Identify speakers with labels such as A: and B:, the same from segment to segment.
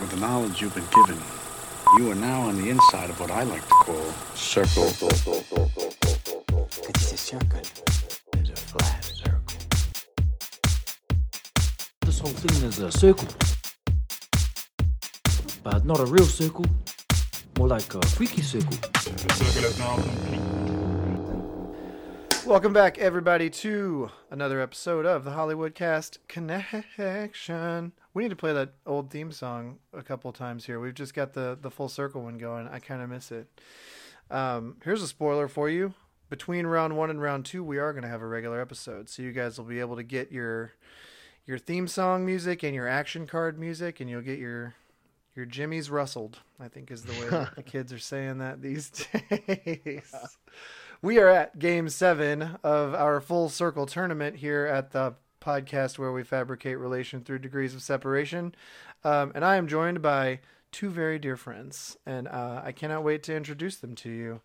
A: with the knowledge you've been given, you are now on the inside of what I like to call circle.
B: It's a circle. It's a flat circle.
C: This whole thing is a circle. But not a real circle, more like a freaky circle.
D: Welcome back, everybody, to another episode of the Hollywood Cast Connection. We need to play that old theme song a couple times here. We've just got the, the full circle one going. I kind of miss it. Um, here's a spoiler for you. Between round one and round two, we are going to have a regular episode, so you guys will be able to get your your theme song music and your action card music, and you'll get your your Jimmy's rustled. I think is the way that the kids are saying that these days. We are at game seven of our full circle tournament here at the podcast where we fabricate relation through degrees of separation. Um, and I am joined by two very dear friends, and uh, I cannot wait to introduce them to you.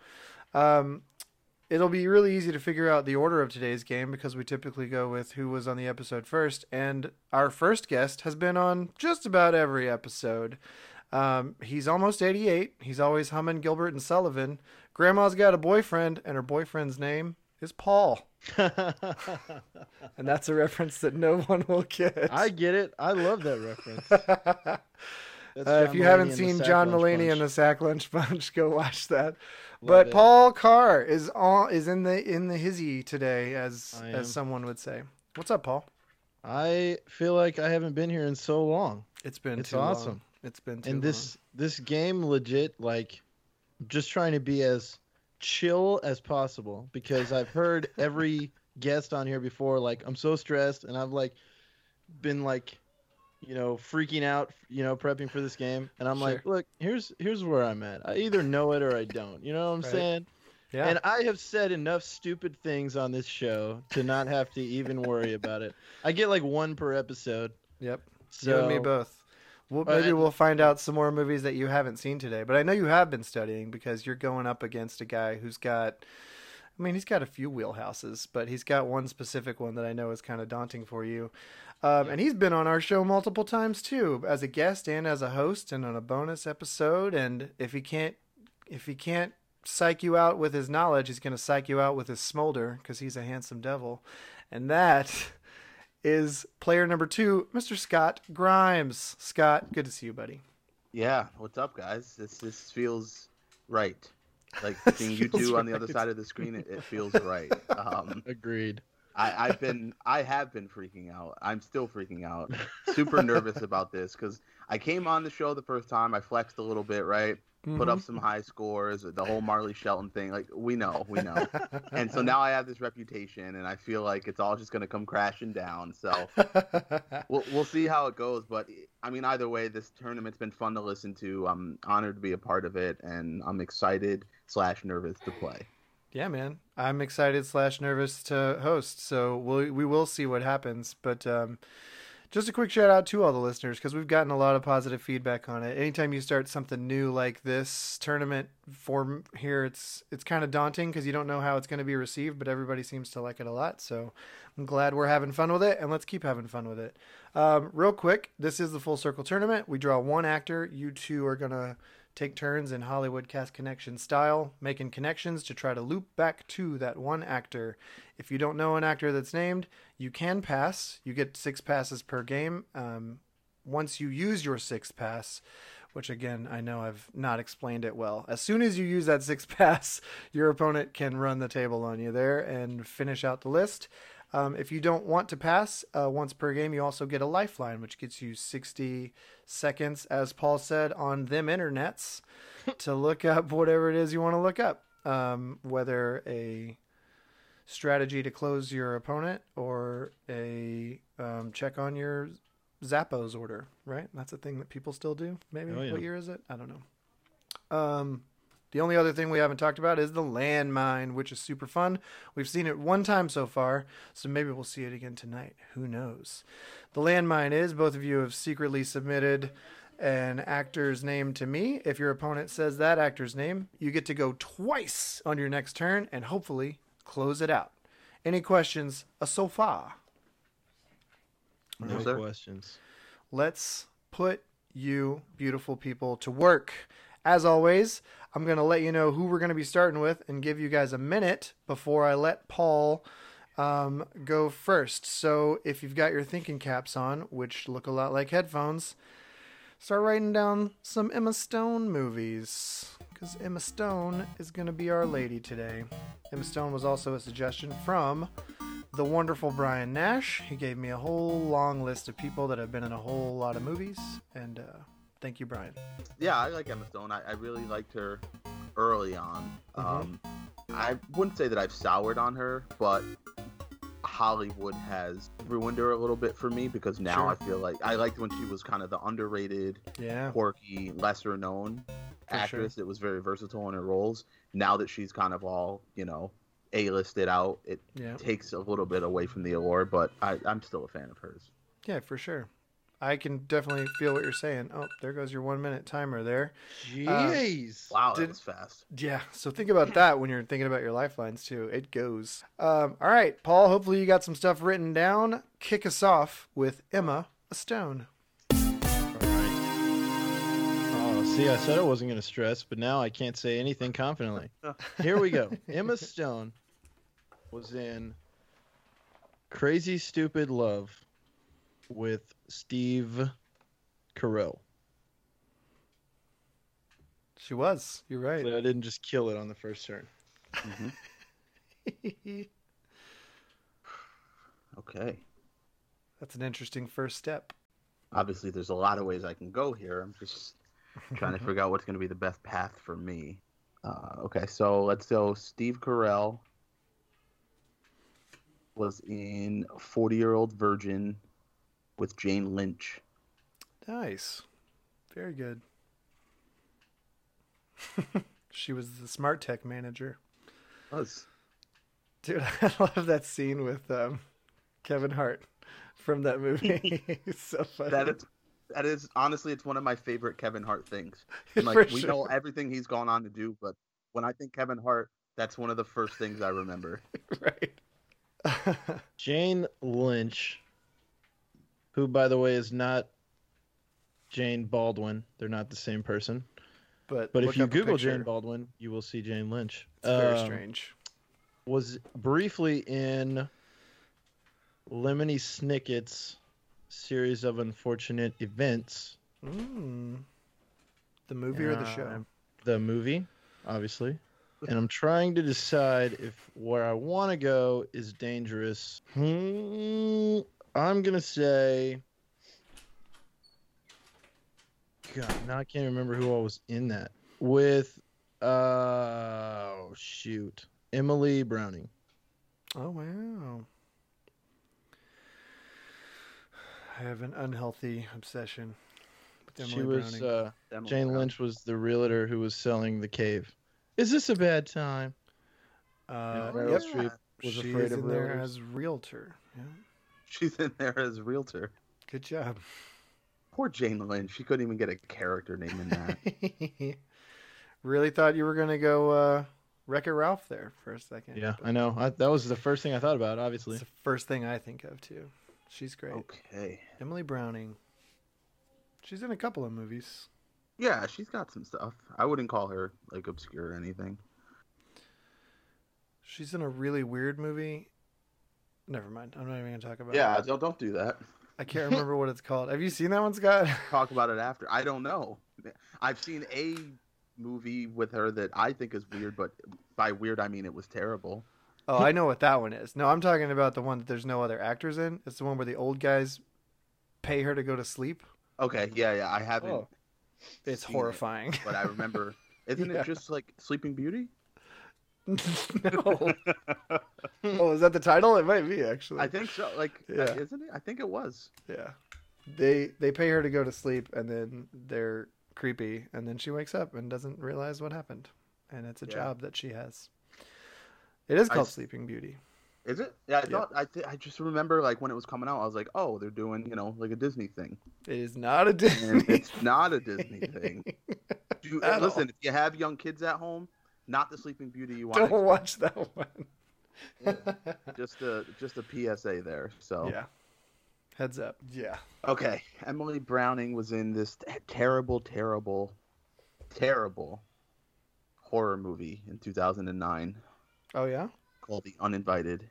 D: Um, it'll be really easy to figure out the order of today's game because we typically go with who was on the episode first, and our first guest has been on just about every episode. Um, he's almost 88. He's always humming Gilbert and Sullivan. Grandma's got a boyfriend, and her boyfriend's name is Paul. and that's a reference that no one will get.
E: I get it. I love that reference. That's
D: Uh, if
E: John
D: you
E: Mulaney
D: haven't
E: and the
D: seen
E: Sack
D: John
E: Lunch
D: Mulaney and
E: Bunch.
D: the Sack Lunch Bunch, go watch that. but
E: it.
D: Paul Carr is on is in the in the hizzy today, as
E: I am.
D: as someone would say. What's up, Paul?
E: I feel like I haven't been here in so long,
D: It's been
E: It's
D: too long.
E: awesome.
D: It's been too
E: and this this game legit like just trying to be as chill as possible because I've heard every guest on here before like I'm so stressed and I've like been like you know freaking out you know prepping for this game and I'm like look here's here's where I'm at I either know it or I don't you know what I'm
D: Right.
E: saying
D: long. Yeah.
E: And I have said enough stupid things on this show to not have to even worry about it. I get like one per episode.
D: yep.
E: So
D: you and me both. Well,
E: Uh,
D: maybe
E: and-
D: we'll find out some more movies that you haven't seen today. But I know you have been studying because you're going up against a guy who's got. I mean, he's got a few wheelhouses, but he's got one specific one that I know is kind of daunting for you. Um, And he's been on our show multiple times too, as a guest and as a host, and on a bonus episode. And if he can't, if he can't psych you out with his knowledge, he's going to psych you out with his smolder because he's a handsome devil, and that is player number two, Mr. Scott Grimes. Scott, good to see you, buddy.
F: Yeah, what's up, guys? This this feels right. Like seeing you
D: Feels
F: two on the other
D: right.
F: side of the screen, it, it feels right. Um,
E: Agreed.
F: I, I've been, I have been freaking out. I'm still freaking out. Super nervous about this because I came on the show the first time. I flexed a little bit, right? Put up some high scores. The whole Marley Shelton thing. Like we know, we know. and so now I have this reputation, and I feel like it's all just gonna come crashing down. So we'll, we'll see how it goes. But I mean, either way, this tournament's been fun to listen to. I'm honored to be a part of it, and I'm excited slash nervous to play.
D: yeah, man. I'm excited slash nervous to host, so we'll, we will see what happens. But um, just a quick shout out to all the listeners because we've gotten a lot of positive feedback on it. Anytime you start something new like this tournament form here, it's it's kind of daunting because you don't know how it's going to be received, but everybody seems to like it a lot. So I'm glad we're having fun with it, and let's keep having fun with it. Um, real quick, this is the full circle tournament. We draw one actor. You two are gonna take turns in Hollywood cast connection style, making connections to try to loop back to that one actor. If you don't know an actor that's named, you can pass. You get six passes per game. Um, once you use your sixth pass, which again, I know I've not explained it well. As soon as you use that sixth pass, your opponent can run the table on you there and finish out the list. Um, if you don't want to pass uh, once per game, you also get a lifeline, which gets you 60 seconds, as Paul said, on them internets to look up whatever it is you want to look up. Um, whether a strategy to close your opponent or a um, check on your Zappos order, right? That's a thing that people still do. Maybe
E: Oh, yeah.
D: what year is it? I don't know. Um, the only other thing we haven't talked about is the landmine, which is super fun. We've seen it one time so far, so maybe we'll see it again tonight. Who knows? The landmine is both of you have secretly submitted an actor's name to me. If your opponent says that actor's name, you get to go twice on your next turn and hopefully close it out. Any questions uh, so far?
E: No
F: sir.
E: questions.
D: Let's put you beautiful people to work. As always, I'm going to let you know who we're going to be starting with and give you guys a minute before I let Paul um, go first. So if you've got your thinking caps on, which look a lot like headphones, start writing down some Emma Stone movies. Because Emma Stone is going to be our lady today. Emma Stone was also a suggestion from the wonderful Brian Nash. He gave me a whole long list of people that have been in a whole lot of movies. And uh, thank you, Brian.
F: yeah, I like Emma Stone. I, I really liked her early on.
D: Mm-hmm.
F: Um, I wouldn't say that I've soured on her, but Hollywood has ruined her a little bit for me because now
D: Sure.
F: I feel like I liked when she was kind of the underrated,
D: Yeah.
F: quirky, lesser known
D: For sure.
F: actress that was very versatile in her roles. Now that she's kind of all, you know, A listed out, it
D: Yeah.
F: takes a little bit away from the allure, but I, I'm still a fan of hers.
D: Yeah, for sure. I can definitely feel what you're saying. Oh, there goes your one minute timer there.
E: Jeez.
F: Wow, that
D: Did-
F: was fast.
D: Yeah, so think about that when you're thinking about your lifelines too. It goes. Um, all right, Paul, hopefully you got some stuff written down. Kick us off with Emma Stone.
E: Oh, see, I said I wasn't going to stress, but now I can't say anything confidently. Here we go. Emma Stone was in Crazy Stupid Love with Steve Carell.
D: She was. You're right.
E: So I didn't just kill it on the first turn.
F: Okay.
D: That's an interesting first step.
F: obviously there's a lot of ways I can go here. I'm just trying to figure out what's going to be the best path for me. Uh, okay, so let's go. Steve Carell was in 40 Year Old Virgin with Jane Lynch.
D: Nice. Very good. she was the smart tech manager.
F: Was
D: Dude, I love that scene with um, Kevin Hart from that movie. It's so funny.
F: that is that is honestly it's one of my favorite Kevin Hart things. And, like
D: For
F: we
D: sure.
F: know everything he's gone on to do, but when I think Kevin Hart, that's one of the first things I remember.
D: right.
E: Jane Lynch, who, by the way, is not Jane Baldwin. They're not the same person.
D: But
E: But
D: look
E: if you
D: up a
E: Google
D: picture.
E: Jane Baldwin, you will see Jane Lynch.
D: it's very
E: Um,
D: strange.
E: was briefly in Lemony Snicket's series of unfortunate events,
D: Mm. The movie or the show?
E: Um, the movie, obviously. And I'm trying to decide if where I want to go is dangerous. Hmm, I'm gonna say, God, now I can't remember who all was in that with. Uh, oh shoot, Emily Browning.
D: Oh wow. I have an unhealthy obsession with Emily
E: she was.
D: Browning. Oh,
E: Uh,
F: Emily
E: Jane
F: Brown.
E: Lynch was the realtor who was selling the cave. Is this a bad time?
D: Uh,
E: Meryl
D: yep.
E: Streep was
D: She
E: afraid
D: is
E: of
D: in there
E: realtors.
D: as realtor. Yeah.
F: She's in there as realtor.
D: Good job.
F: Poor Jane Lynch. She couldn't even get a character name in that.
D: really thought you were gonna go uh, Wreck It Ralph there for a second.
E: Yeah,
D: but
E: I know. I, that was the first thing I thought about. Obviously,
D: It's the first thing I think of too. She's great.
F: okay.
D: Emily Browning. She's in a couple of movies.
F: Yeah, she's got some stuff. I wouldn't call her like obscure or anything.
D: She's in a really weird movie. Never mind. I'm not even gonna talk about
F: Yeah,
D: it.
F: don't don't do that.
D: I can't remember what it's called. Have you seen that one, Scott?
F: Talk about it after. I don't know. I've seen a movie with her that I think is weird, but by weird I mean it was terrible.
D: Oh, I know what that one is. No, I'm talking about the one that there's no other actors in. It's the one where the old guys pay her to go to sleep.
F: Okay, yeah, yeah, I haven't.
D: Oh. It's
F: seen it,
D: horrifying.
F: but I remember. Isn't
D: Yeah.
F: it just like Sleeping Beauty?
D: no. oh, is that the title? It might be actually.
F: I think so. Like, uh,
D: Yeah.
F: isn't it? I think it was.
D: Yeah. They they pay her to go to sleep and then they're creepy and then she wakes up and doesn't realize what happened. And it's a
F: Yeah.
D: job that she has. It is
F: I
D: called
F: s-
D: Sleeping Beauty.
F: Is it? Yeah, I thought. I th- I just remember like when it was coming out, I was like, oh, they're doing you know like a Disney thing.
D: It is not a
F: and
D: Disney.
F: it's not a Disney thing. Do,
D: At
F: listen,
D: all.
F: if you have young kids at home, not the Sleeping Beauty you want.
D: Don't watch that one.
F: Just a just a PSA there. So Oh.
D: Yeah. Heads up. Yeah.
F: okay, Emily Browning was in this t- terrible, terrible, terrible horror movie in 2009
D: Oh yeah.
F: called The Uninvited.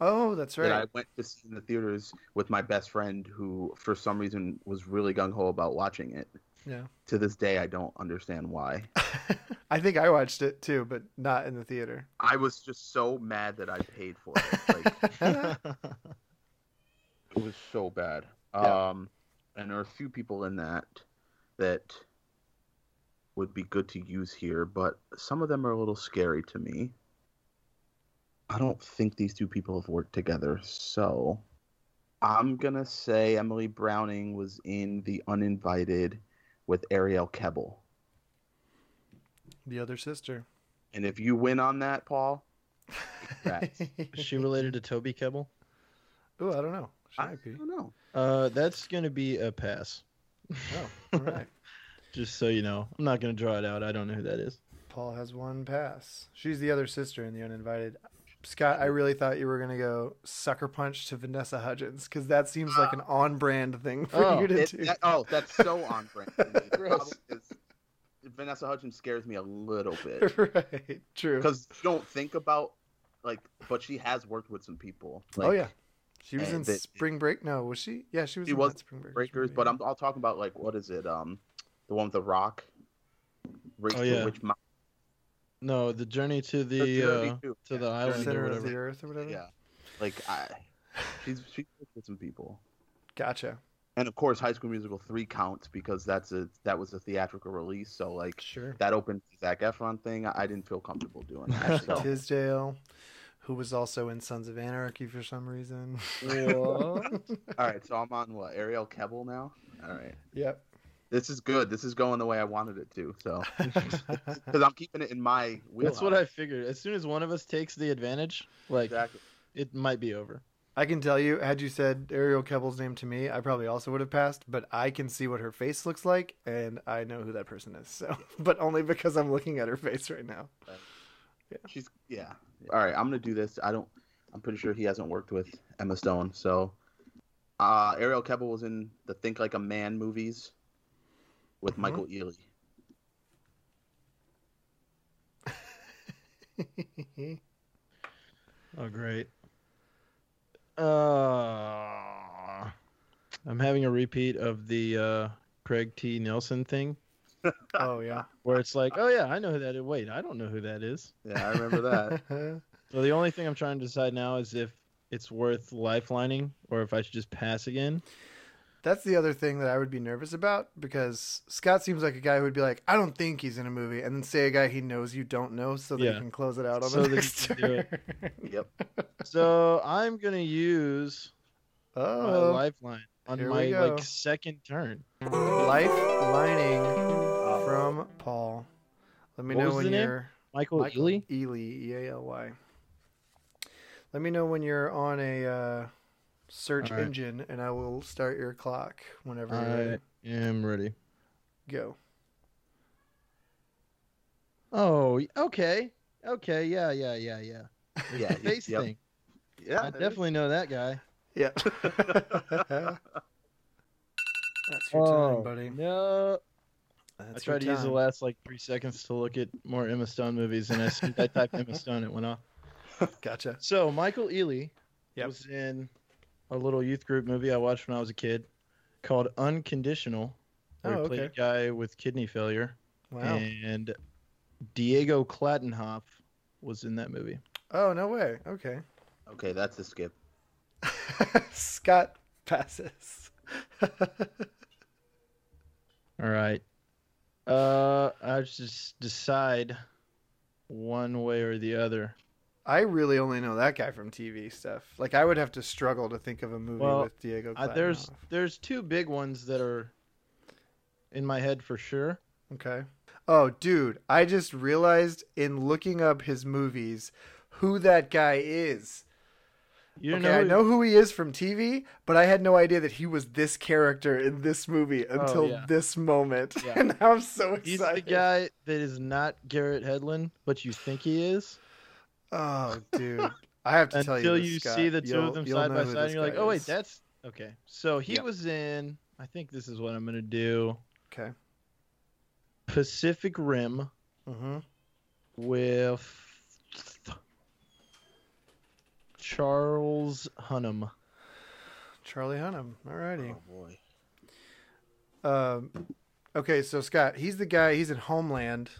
D: Oh, that's
F: that I
D: right.
F: went to see in the theaters with my best friend, who for some reason was really gung ho about watching it.
D: Yeah.
F: To this day, I don't understand why.
D: I think I watched it too, but not in the theater.
F: I was just so mad that I paid for it. Like, it was so bad.
D: Yeah.
F: Um, and there are a few people in that that would be good to use here, but some of them are a little scary to me. I don't think these two people have worked together, so I'm gonna say Emily Browning was in The Uninvited with Ariel Kebble.
D: the other sister.
F: And if you win on that, Paul, Congrats.
E: Is she related to Toby Kebbell?
D: Oh, I don't know. She
F: I
D: might be.
F: don't know.
E: Uh, that's going to be a pass.
D: Oh, all right.
E: Just so you know, I'm not going to draw it out. I don't know who that is.
D: Paul has one pass. She's the other sister in the uninvited. Scott, I really thought you were gonna go sucker punch to Vanessa Hudgens because that seems like an on-brand thing for
E: Oh,
D: you to
F: It-
D: do.
F: that- oh, that's so on brand. for me. The
D: Gross.
F: problem is Vanessa Hudgens scares me a little bit
D: right, true.
F: because you don't think about like, but she has worked with some people. Like,
D: oh yeah, she was
F: and
D: in
F: the-
D: Spring Break. No, was she? Yeah, she was.
F: She
D: in
F: was
D: that Spring Breakers,
F: Breakers,
D: movie.
F: but I'm all talking about like what is it? Um, the one with the Rock. Rachel,
E: Oh, yeah.
F: Witch Mountain.
E: No, the journey to the,
F: Journey
E: uh,
F: to-
E: to the
F: yeah,
E: island
D: center
E: or
D: of the
E: whatever.
D: earth or whatever.
F: yeah, like I, she's she's worked with some people,
D: Gotcha.
F: and of course, High School Musical three counts because that's a that was a theatrical release. So like
D: Sure.
F: that opened Zach Efron thing. I, I didn't feel comfortable doing. That, so.
D: Tisdale, who was also in Sons of Anarchy for some reason.
F: All right, so I'm on what Ariel Kebble now. All right,
D: yep.
F: this is good. This is going the way I wanted it to. So because I'm keeping it in my wheelhouse.
E: That's what I figured. As soon as one of us takes the advantage, like
F: exactly.
E: it might be over.
D: I can tell you, had you said Ariel Kebble's name to me, I probably also would have passed, but I can see what her face looks like and I know who that person is. So, but only because I'm looking at her face right now.
F: She's yeah. All right, I'm gonna do this. I don't. I'm pretty sure he hasn't worked with Emma Stone. So uh, Ariel Kebble was in the Think Like a Man movies with
E: Uh-huh.
F: Michael Ealy.
E: Oh great. Uh, I'm having a repeat of the uh, Craig T. Nelson thing
D: oh yeah.
E: where it's like, oh yeah, I know who that is. Wait, I don't know who that is.
F: Yeah, I remember that.
E: So the only thing I'm trying to decide now is if it's worth lifelining or if I should just pass again.
D: That's the other thing that I would be nervous about because Scott seems like a guy who would be like, I don't think he's in a movie, and then say a guy he knows you don't know so that
E: Yeah.
D: you can close it out on the
E: So that you
D: next
E: can do
D: turn.
E: it.
F: yep.
E: So I'm gonna use my
D: oh,
E: lifeline on
D: Here we
E: my
D: go.
E: like second turn.
D: life lining from Paul. Let me
E: What
D: know
E: was
D: when
E: the name?
D: you're
E: Michael,
D: Michael
E: Ealy.
D: Ealy, E A L Y. Let me know when you're on a uh, search
E: All right.
D: engine, and I will start your clock whenever
E: All
D: you're ready.
E: right, I'm ready.
D: go.
E: Oh, y- okay, okay, yeah, yeah, yeah, yeah.
F: Yeah.
E: Face
F: yep.
E: thing.
F: Yeah.
E: I definitely know that guy.
D: Yeah. That's your time, buddy.
E: No,
D: That's
E: I
D: your
E: tried to use the
D: time.
E: last like three seconds to look at more Emma Stone movies, and as soon as I typed Emma Stone, it went off.
D: Gotcha.
E: So Michael Ealy
D: Yep.
E: was in a little youth group movie I watched when I was a kid called Unconditional, where
D: Oh,
E: he played
D: okay.
E: a guy with kidney failure,
D: Wow.
E: and Diego Clattenhoff was in that movie.
D: Oh no way. Okay.
F: Okay, that's a skip.
D: Scott passes.
E: All right. Uh, I just decide one way or the other.
D: I really only know that guy from TV stuff. Like I would have to struggle to think of a movie
E: Well,
D: with Diego.
E: Uh, there's
D: Klatanoff.
E: there's two big ones that are in my head for sure.
D: Okay. Oh, dude, I just realized in looking up his movies who that guy is.
E: You
D: okay,
E: know,
D: I know who he is from TV, but I had no idea that he was this character in this movie until
E: Oh, yeah.
D: this moment.
E: Yeah.
D: and now I'm so excited.
E: he's the guy that is not Garrett Hedlund, but you think he is
D: Oh, dude. I have to tell you.
E: until
D: this,
E: you
D: Scott.
E: see the 2
D: You'll-
E: of them
D: you'll
E: side
D: know
E: by
D: who
E: side, and "Oh,
D: this
E: you're like,
D: guy
E: oh wait,
D: is.
E: that's okay. So he
F: Yeah.
E: was in I think this is what I'm gonna do.
D: Okay.
E: Pacific Rim
D: Mm-hmm.
E: with Charles Hunnam.
D: Charlie Hunnam. Alrighty.
F: Oh boy.
E: Oh.
D: Um, okay, so Scott, he's the guy. He's in Homeland.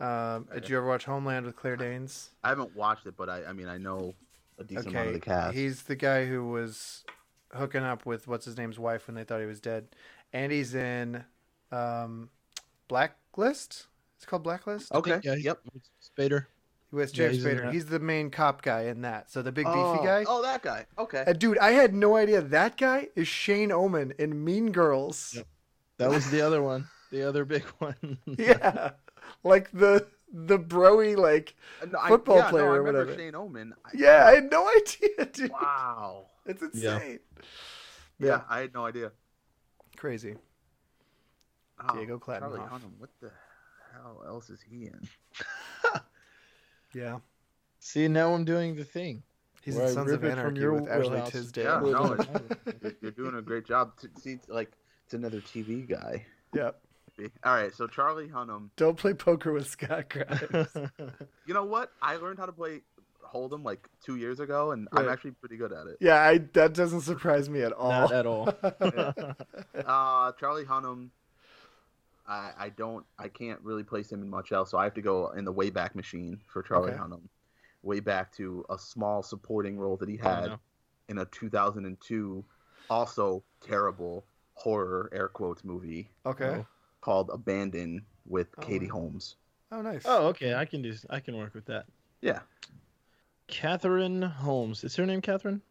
D: Um, did
F: Okay.
D: you ever watch Homeland with Claire Danes?
F: I haven't watched it, but I, I mean I know a decent amount of the cast.
D: He's the guy who was hooking up with what's his name's wife when they thought he was dead. And he's in um, Blacklist. It's called Blacklist
F: okay.
E: Yeah,
F: yep.
E: Spader.
D: with
E: yeah,
D: James
E: he's in
D: Spader.
E: that.
D: He's the main cop guy in that. So the big beefy
F: oh,
D: guy.
F: Oh, that guy. Okay.
D: Uh, dude, I had no idea that guy is Shane Omen in Mean Girls.
E: Yep. That was the other one. The other big one.
D: yeah, like the the broy like.
F: Uh, No, I-
D: football
F: yeah, no,
D: player
F: I
D: or
F: remember
D: whatever.
F: Shane Omen. I-
D: Yeah, I had no idea, dude.
F: Wow.
D: It's
E: Yeah.
D: insane.
F: Yeah.
D: Yeah.
F: I had no idea.
D: Crazy.
F: Oh,
D: Diego
F: Charlie
D: Klattenhoff.
F: Hunnam, What the hell else is he in?
D: Yeah.
E: See, now I'm doing the thing.
D: He's
E: Where
D: in
E: I
D: Sons of
E: rip it from
D: Anarchy
E: your
D: with Ashley
E: wheelhouse.
D: Tisdale.
F: Yeah, no,
E: Wait,
F: You're, you're doing a great job. To, see, like it's another TV guy.
D: Yep.
F: All right, so Charlie Hunnam.
D: Don't play poker with Scott Grimes.
F: You know what? I learned how to play Hold'em like two years ago, and I'm
D: Right.
F: actually pretty good at it.
D: yeah, I, that doesn't surprise me at all.
E: Not at all.
F: Uh, Charlie Hunnam. I, I don't. I can't really place him in much else, so I have to go in the Wayback Machine for Charlie
D: Okay.
F: Hunnam. Way back to a small supporting role that he
E: Oh,
F: had
E: no.
F: in a 2002, also terrible horror air quotes movie
D: okay.
F: called Abandon with
D: Oh,
F: Katie
D: wow.
F: Holmes.
D: Oh, nice.
E: Oh, okay. I can do. I can work with that.
F: Yeah.
E: Catherine Holmes. Is her name Catherine?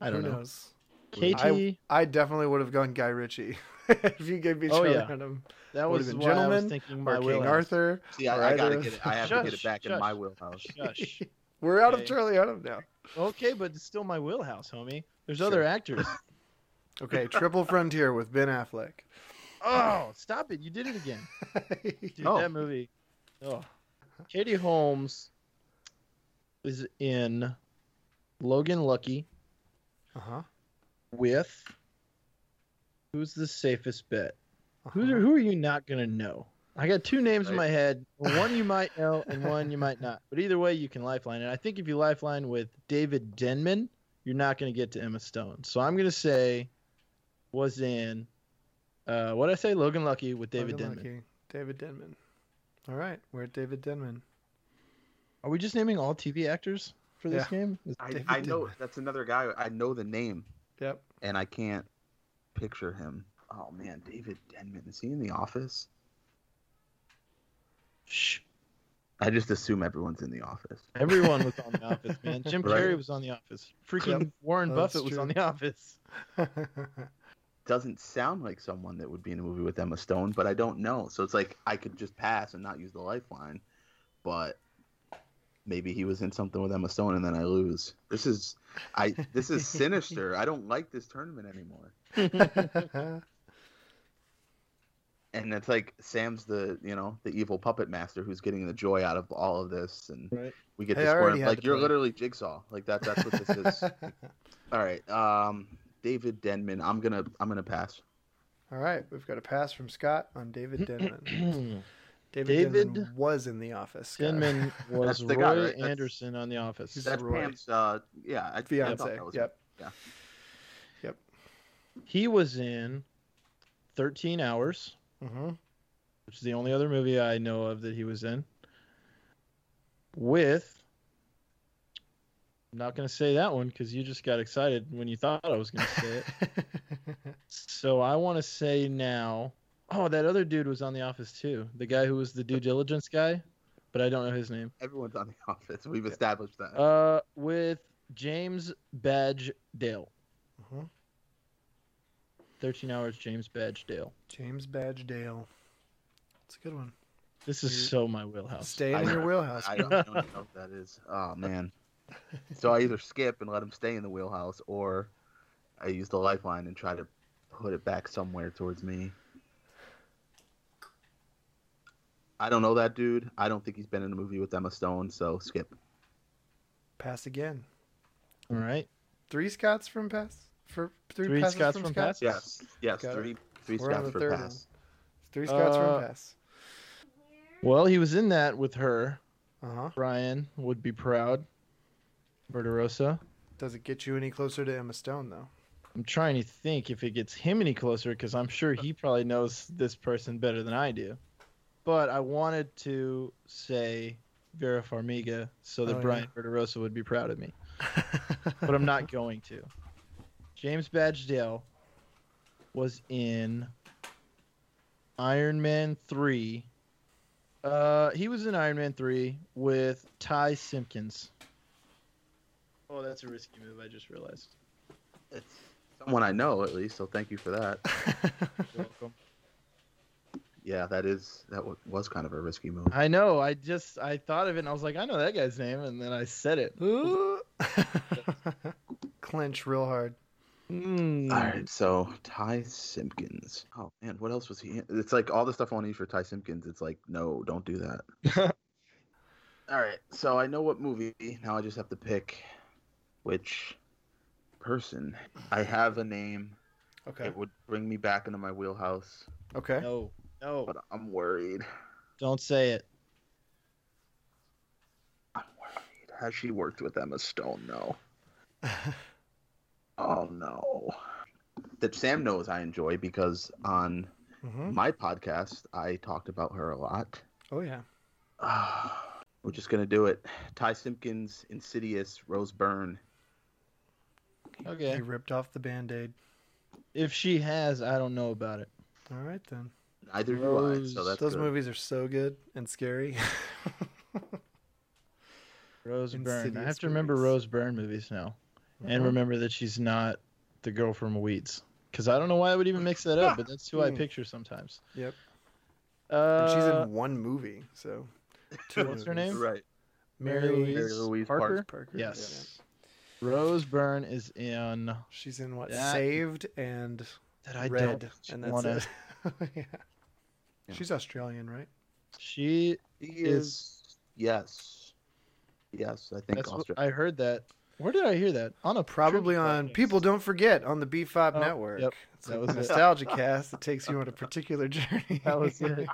E: I don't
D: Who
E: know.
D: knows?
E: Katie.
D: I definitely would have gone Guy Ritchie if you gave me
E: Oh,
D: Charlie
E: yeah.
D: Hunnam
E: that
D: would've
E: was
D: been
E: why I was
D: Gentleman
E: thinking
D: or
E: my
D: King
E: will.
D: Arthur.
F: See, I,
D: Or
F: I
D: either
F: gotta
D: of-
F: get it. I have to get it
E: Shush,
F: back in
E: shush.
F: my wheelhouse.
E: Shush.
D: We're out of
E: Okay.
D: Charlie Hunnam now.
E: Okay, but it's still my wheelhouse, homie. There's
D: Sure.
E: other actors.
D: Okay, Triple Frontier with Ben Affleck. Uh-huh,
E: Oh, stop it! You did it again, dude.
F: Oh.
E: That movie. Oh, Katie Holmes is in Logan Lucky
D: Uh huh.
E: with who's the safest bet? Who are, who are you not gonna know? I got two names in my
F: Right.
E: head. One you might know, and one you might not. But either way, you can lifeline. And I think if you lifeline with David Denman, you're not gonna get to Emma Stone. So I'm gonna say was in uh, what I say, Logan Lucky with David
D: Logan
E: Denman.
D: Lucky, David Denman. All right, we're at David Denman.
E: Are we just naming all TV actors for this game? Is-
F: I,
D: David
F: I know
D: Denman.
F: that's another guy. I know the name,
D: Yep.
F: and I can't picture him. Oh man, David Denman. Is he in The Office?
E: Shh.
F: I just assume everyone's in The Office.
E: Everyone was on The Office, man. Jim
F: Right.
E: Carrey was on The Office. Freaking
D: Yep.
E: Warren
D: Oh, that's
E: Buffett was on
D: true.
E: The Office.
F: Doesn't sound like someone that would be in a movie with Emma Stone, but I don't know. So it's like I could just pass and not use the lifeline, but maybe he was in something with Emma Stone and then I lose. This is I this is sinister. I don't like this tournament anymore. and it's like Sam's the you know the evil puppet master who's getting the joy out of all of this, and
E: Right.
F: we get
D: Hey,
F: to
D: I
F: square
D: already
F: up-
D: had
F: like
D: to
F: you're
D: play.
F: literally Jigsaw, like that. That's what this is. all right, um, David Denman, I'm gonna I'm gonna pass.
D: All right, we've got a pass from Scott on David Denman. David,
E: David
D: Denman was in the office. Scott.
E: Denman was
F: That's the
E: Roy
F: guy, right? That's-
E: Anderson on The Office.
D: He's-
F: That's
D: Roy.
F: Pam's. Uh, yeah, I, I thought
D: fiance.
F: that was-
D: Yep.
E: He was in 13 Hours,
D: Mm-hmm.
E: which is the only other movie I know of that he was in. With, I'm not going to say that one because you just got excited when you thought I was going to say it. So I want to say now. Oh, that other dude was on The Office too. The guy who was the due diligence guy, but I don't know his name.
F: Everyone's on the office. We've established that.
E: Uh, with James Badge Dale.
D: Mhm.
E: Thirteen hours, James Badge Dale.
D: James Badge Dale. It's a good one.
E: This is
D: Dude.
E: so my wheelhouse.
D: Stay in
F: I-
D: your wheelhouse.
F: I don't, I don't know if that is. Oh man. So I either skip and let him stay in the wheelhouse, or I use the lifeline and try to put it back somewhere towards me. I don't know that dude. I don't think he's been in a movie with Emma Stone, so skip.
D: pass again.
E: All right.
D: Three Scots from pass. for three,
E: Three
D: passes
E: Scots
D: from,
E: from
D: Scott?
E: passes?
F: Yes, yes,
D: Got it.
F: three three
D: We're on
F: Scots
D: the
F: for
D: third
F: pass.
D: Three Scots
E: Uh,
D: from pass.
E: Well, he was in that with her.
D: Uh huh.
E: Brian would be proud. Verderosa.
D: Does it get you any closer to Emma Stone though?
E: I'm trying to think if it gets him any closer because I'm sure he probably knows this person better than I do. But I wanted to say Vera Farmiga so that
D: Oh, yeah.
E: Brian Verderosa would be proud of me, but I'm not going to. James Badgedale was in Iron Man 3. Uh, he was in Iron Man 3 with Ty Simpkins. Oh, that's a risky move, I just realized.
F: It's someone I know at least, so thank you for that.
E: You're welcome.
F: Yeah, that is that wa- was kind of a risky move.
E: I know. I just I thought of it and I was like, I know that guy's name, and then I said it.
D: Clench real hard.
E: Hmm.
F: All right, so Ty Simpkins. Oh man, what else was he? In? It's like all the stuff I want to use for Ty Simpkins. It's like, no, don't do that. all right, so I know what movie. Now I just have to pick which person. I have a name.
D: Okay.
F: It would bring me back into my wheelhouse,
D: Okay.
E: No, no,
F: but I'm worried.
E: don't say it.
F: I'm worried. Has she worked with Emma Stone? No. oh no. That Sam knows I enjoy because on
D: hmm
F: my podcast I talked about her a lot.
D: Oh yeah.
F: We're just gonna do it. Ty Simpkins, Insidious, Rose Byrne.
E: Okay.
D: He ripped off the band-aid.
E: If she has, I don't know about it.
D: All right then.
F: Neither do I. So
E: Rose.
F: that's
D: Those
F: good.
D: movies are so good and scary.
E: Rose Byrne. I
D: Insidious Uh-huh.
E: have to remember
D: movies.
E: Rose Byrne movies now, and remember that she's not the girl from Weeds, because I don't know why I would even mix that up, but that's who I
D: Hmm.
E: picture sometimes.
D: Yep.
E: Uh,
D: and she's in one movie, so. Two
E: What's her
D: movies.
E: name?
F: Right.
E: Mary Louise,
F: Mary Louise
E: Parker.
F: Parker?
D: Parker. yeah.
E: Yes. Rose Byrne is in
D: She's in what?
E: That-
D: Saved and
E: that I
D: Red,
E: don't
D: and that's
E: wanna-
D: it. yeah. She's Australian, right?
E: She
F: He
E: Is-
F: is. Yes. Yes, I think
E: that's what,
F: Austra-
E: I heard that. Where did I hear that? On a
D: Probably
E: trivia
D: on
E: podcast.
D: People Don't Forget on the B5
E: Oh,
D: network.
E: yep.
D: It's
E: That
D: a
E: was it.
D: nostalgia cast that takes you on a particular journey.
E: That was it.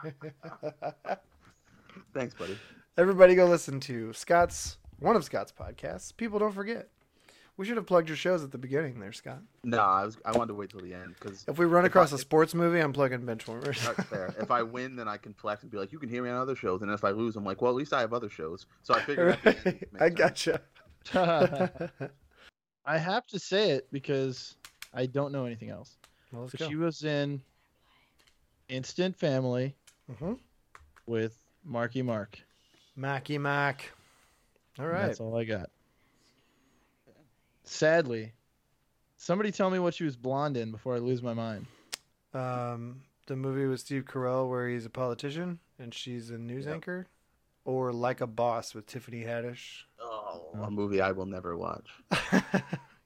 F: Thanks, buddy.
D: Everybody go listen to Scott's one of Scott's podcasts. People don't forget. We should have plugged your shows at the beginning there, Scott.
F: No, I was. I wanted to wait till the end because
D: If we run across a sports movie, I'm plugging Benchwarmers.
F: That's fair. If I win, then I can flex and be like, "You can hear me on other shows." And if I lose, I'm like, "Well, at least I have other shows." So I figured. at the end,
D: Right?
F: it makes
D: I
F: sense.
D: gotcha.
E: I
D: well,
E: have to say it because I don't know anything else.
D: let's
E: But
D: go.
E: she was in Instant Family Mm-hmm.
D: Mhm.
E: with Marky Mark.
D: Mackey Mac. All
E: and
D: right.
E: That's all I got. Sadly, somebody tell me what she was blonde in before I lose my mind.
D: um, the movie with Steve Carell where he's a politician and she's a news anchor, or Like a Boss with Tiffany Haddish.
F: Oh, a movie I will never watch.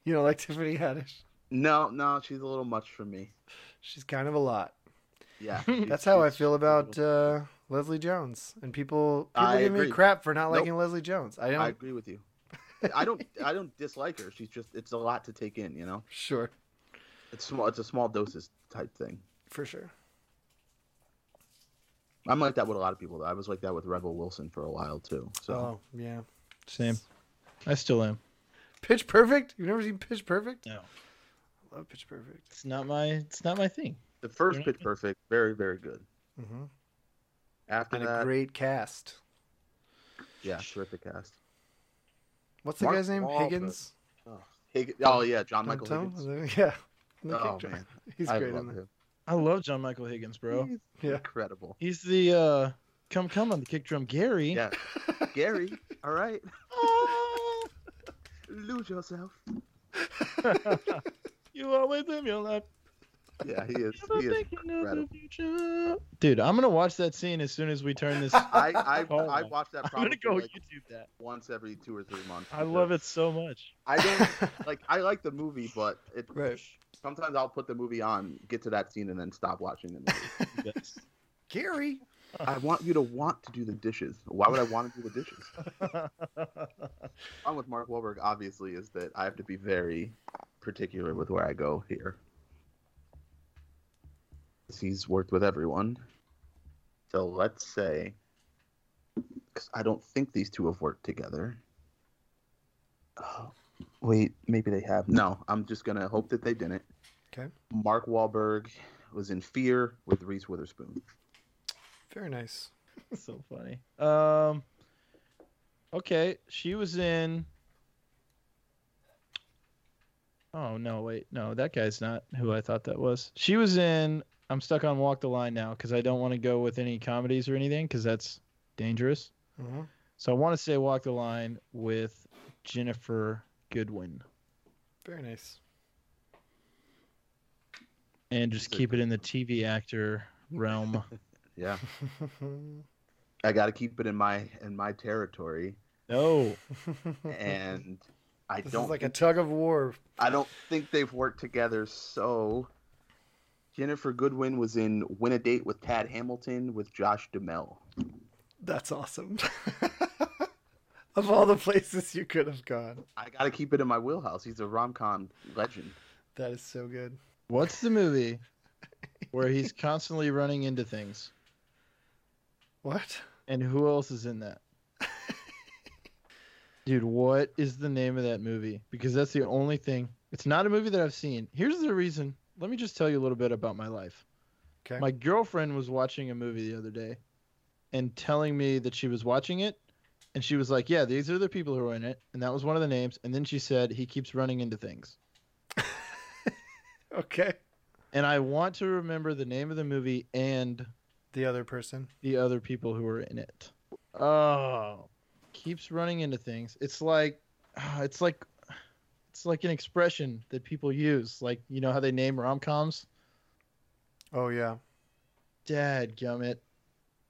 D: you know, like Tiffany Haddish.
F: No, no, she's a little much for me.
D: She's kind of a lot.
F: Yeah,
D: That's how I feel about uh, Leslie Jones, and people people
F: I
D: give me
F: agree.
D: crap for not
F: Nope.
D: liking Leslie Jones. I don't.
F: I agree with you. I don't. I don't dislike her. She's just. It's a lot to take in. You know.
D: Sure,
F: It's small. It's a small doses type thing.
D: for sure.
F: I'm like that with a lot of people. Though I was like that with Rebel Wilson for a while too. So
D: Oh yeah,
E: Same. I still am.
D: Pitch Perfect. You've never seen Pitch Perfect?
E: No.
D: I love Pitch Perfect.
E: It's not my it's not my thing.
F: the first
E: Yeah.
F: Pitch Perfect, very very good.
D: Mm-hmm.
F: After
D: And
F: that,
D: a great cast.
F: yeah, terrific cast.
D: What's the
F: Mark
D: guy's name?
F: Wahlberg.
D: Higgins.
F: Oh, Hig- oh yeah, John Michael
D: Tom-
F: Higgins.
D: Yeah.
F: Oh,
D: Kick
F: man.
D: drum. He's
F: I
D: great
F: love
D: in that.
F: him.
E: I love John Michael Higgins, bro.
F: He's
D: Yeah.
F: incredible.
E: He's the uh come come on the kick drum Gary.
F: Yeah, Gary. All right,
E: Ah.
F: lose yourself.
E: you always live your life.
F: Yeah, he is.
E: never
F: He is
E: thinking of the
F: incredible.
E: future. Dude, I'm gonna watch that scene as soon as we turn this. I'm
F: I I,
E: Oh my-
F: I watch that
E: gonna
F: probably
E: go
F: like
E: YouTube that.
F: once every two or three months.
E: I love it so much.
F: I don't like. I like the movie, but it
D: Right.
F: sometimes I'll put the movie on, get to that scene, and then stop watching the movie.
E: Yes.
D: Gary.
F: I want you to want to do the dishes. Why would I want to do the dishes? I'm with Mark Wahlberg. Obviously, is that I have to be very particular with where I go here. 'Cause He's worked with everyone. So let's say, because I don't think these two have worked together. Oh, wait, maybe they have. No, I'm just going to hope that they didn't.
D: Okay.
F: Mark Wahlberg was in Fear with Reese Witherspoon.
D: Very nice.
E: so funny. Um, okay, she was in. Oh no, wait, no, that guy's not who I thought that was. She was in. I'm stuck on Walk the Line now because I don't want to go with any comedies or anything because that's dangerous.
F: Mm-hmm.
D: Mhm.
E: So I want to say Walk the Line with Jennifer Goodwin
D: Very nice.
E: and just
F: Sick.
E: keep it in the TV actor realm.
F: Yeah. I got to keep it in my in my territory,
E: no,
F: and I
D: this
F: don't
D: is like a
F: think-
D: tug of war.
F: I don't think they've worked together. So Jennifer Goodwin was in Win a Date with Tad Hamilton with Josh Duhamel.
D: That's awesome. of all the places you could have gone,
F: I got to keep it in my wheelhouse. He's a rom com legend.
D: that is so good.
E: what's the movie where he's constantly running into things?
D: What?
E: And who else is in that? Dude, what is the name of that movie? Because that's the only thing. It's not a movie that I've seen. Here's the reason. Let me just tell you a little bit about my life.
D: Okay.
E: My girlfriend was watching a movie the other day and telling me that she was watching it. And she was like, Yeah, these are the people who are in it. And that was one of the names. And then she said, He keeps running into things.
D: Okay.
E: And I want to remember the name of the movie and
D: The other person.
E: the other people who are in it. Oh, keeps running into things. It's like, ah, it's like, it's like an expression that people use. Like you know how they name rom coms.
D: Oh yeah.
E: Dad gummit.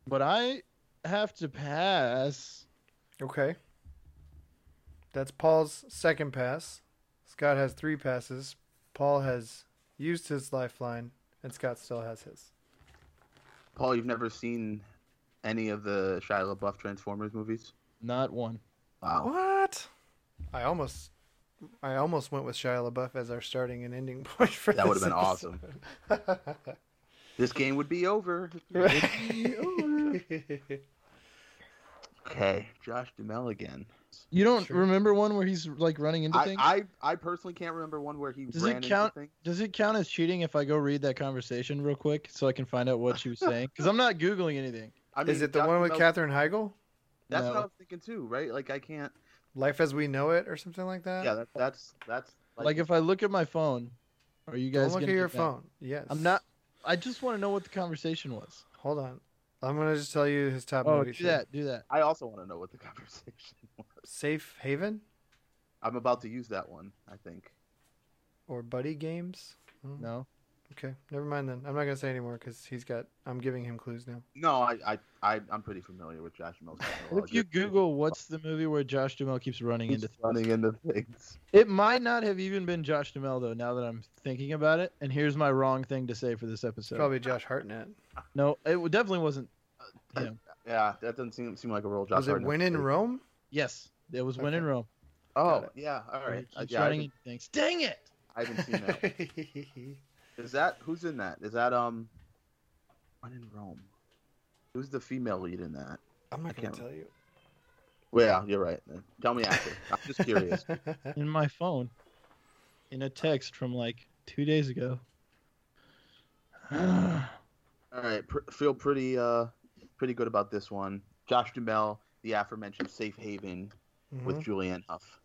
E: But I have to pass.
D: Okay. That's Paul's second pass. Scott has three passes. Paul has used his lifeline, and Scott still has his.
F: Paul, you've never seen any of the Shia LaBeouf Transformers movies?
E: Not one.
F: Wow.
D: What? I almost, I almost went with Shia LaBeouf as our starting and ending point for
F: That would
D: this
F: have been awesome. This game would be over.
D: episode.
F: Okay, Josh Duhamel again.
E: You don't
D: Sure.
E: remember one where he's like running into
F: I,
E: things?
F: I I personally can't remember one where he
E: Does it
F: ran
E: count-
F: into things.
E: Does it count as cheating if I go read that conversation real quick so I can find out what she was saying? Because I'm not googling anything.
F: I mean,
D: Is it the
F: Josh
D: one with
F: Duhamel-
D: Katherine Heigl?
F: That's what
E: No.
F: I was thinking too, right? Like I can't.
D: Life as we know it, or something like that.
F: Yeah, that, that's that's
E: Like, if I look at my phone, are you guys
D: Don't look at
E: gonna
D: your
E: get that?
D: phone. Yes.
E: I'm not. I just want to know what the conversation was.
D: Hold on. I'm gonna just tell you his top
E: Oh,
D: movies.
E: do
D: here.
E: that. Do that.
F: I also want to know what the conversation was.
D: Safe Haven
F: I'm about to use that one, I think.
D: or Buddy Games. Hmm.
E: No.
D: Okay, never mind then. I'm not gonna say anymore because he's got. I'm giving him clues now.
F: No, I, I, I I'm pretty familiar with Josh Mills.
D: Oh,
E: If you Google what's the movie where Josh Duhamel keeps running
F: he's
E: into, th-
F: running into things.
E: it might not have even been Josh Duhamel though. Now that I'm thinking about it, and here's my wrong thing to say for this episode.
D: Probably Josh Hartnett.
E: No, it w- definitely wasn't.
F: Yeah, that doesn't seem seem like a real Josh.
D: Was it
F: Hartnett
D: Win in
F: movie.
D: Rome?
E: Yes, it was When in
D: Okay.
E: Rome.
F: Oh
D: Got it.
F: yeah, all
E: where he
F: right. I,
E: keeps
F: yeah, I,
E: running
F: haven't,
E: into things. Dang it!
F: I haven't seen that. Is that who's in that? Is that um, When in Rome? Who's the female lead in that?
D: I'm
F: I
D: not gonna
F: can't-
D: tell you.
F: Well, yeah, you're right. Tell me after. I'm just curious.
D: Mm-hmm.
E: In my phone, in a text from like two days ago.
F: All right, pr- feel pretty uh pretty good about this one. Josh Duhamel, the aforementioned Safe Haven with
D: Mhm.
F: Julianne Hough.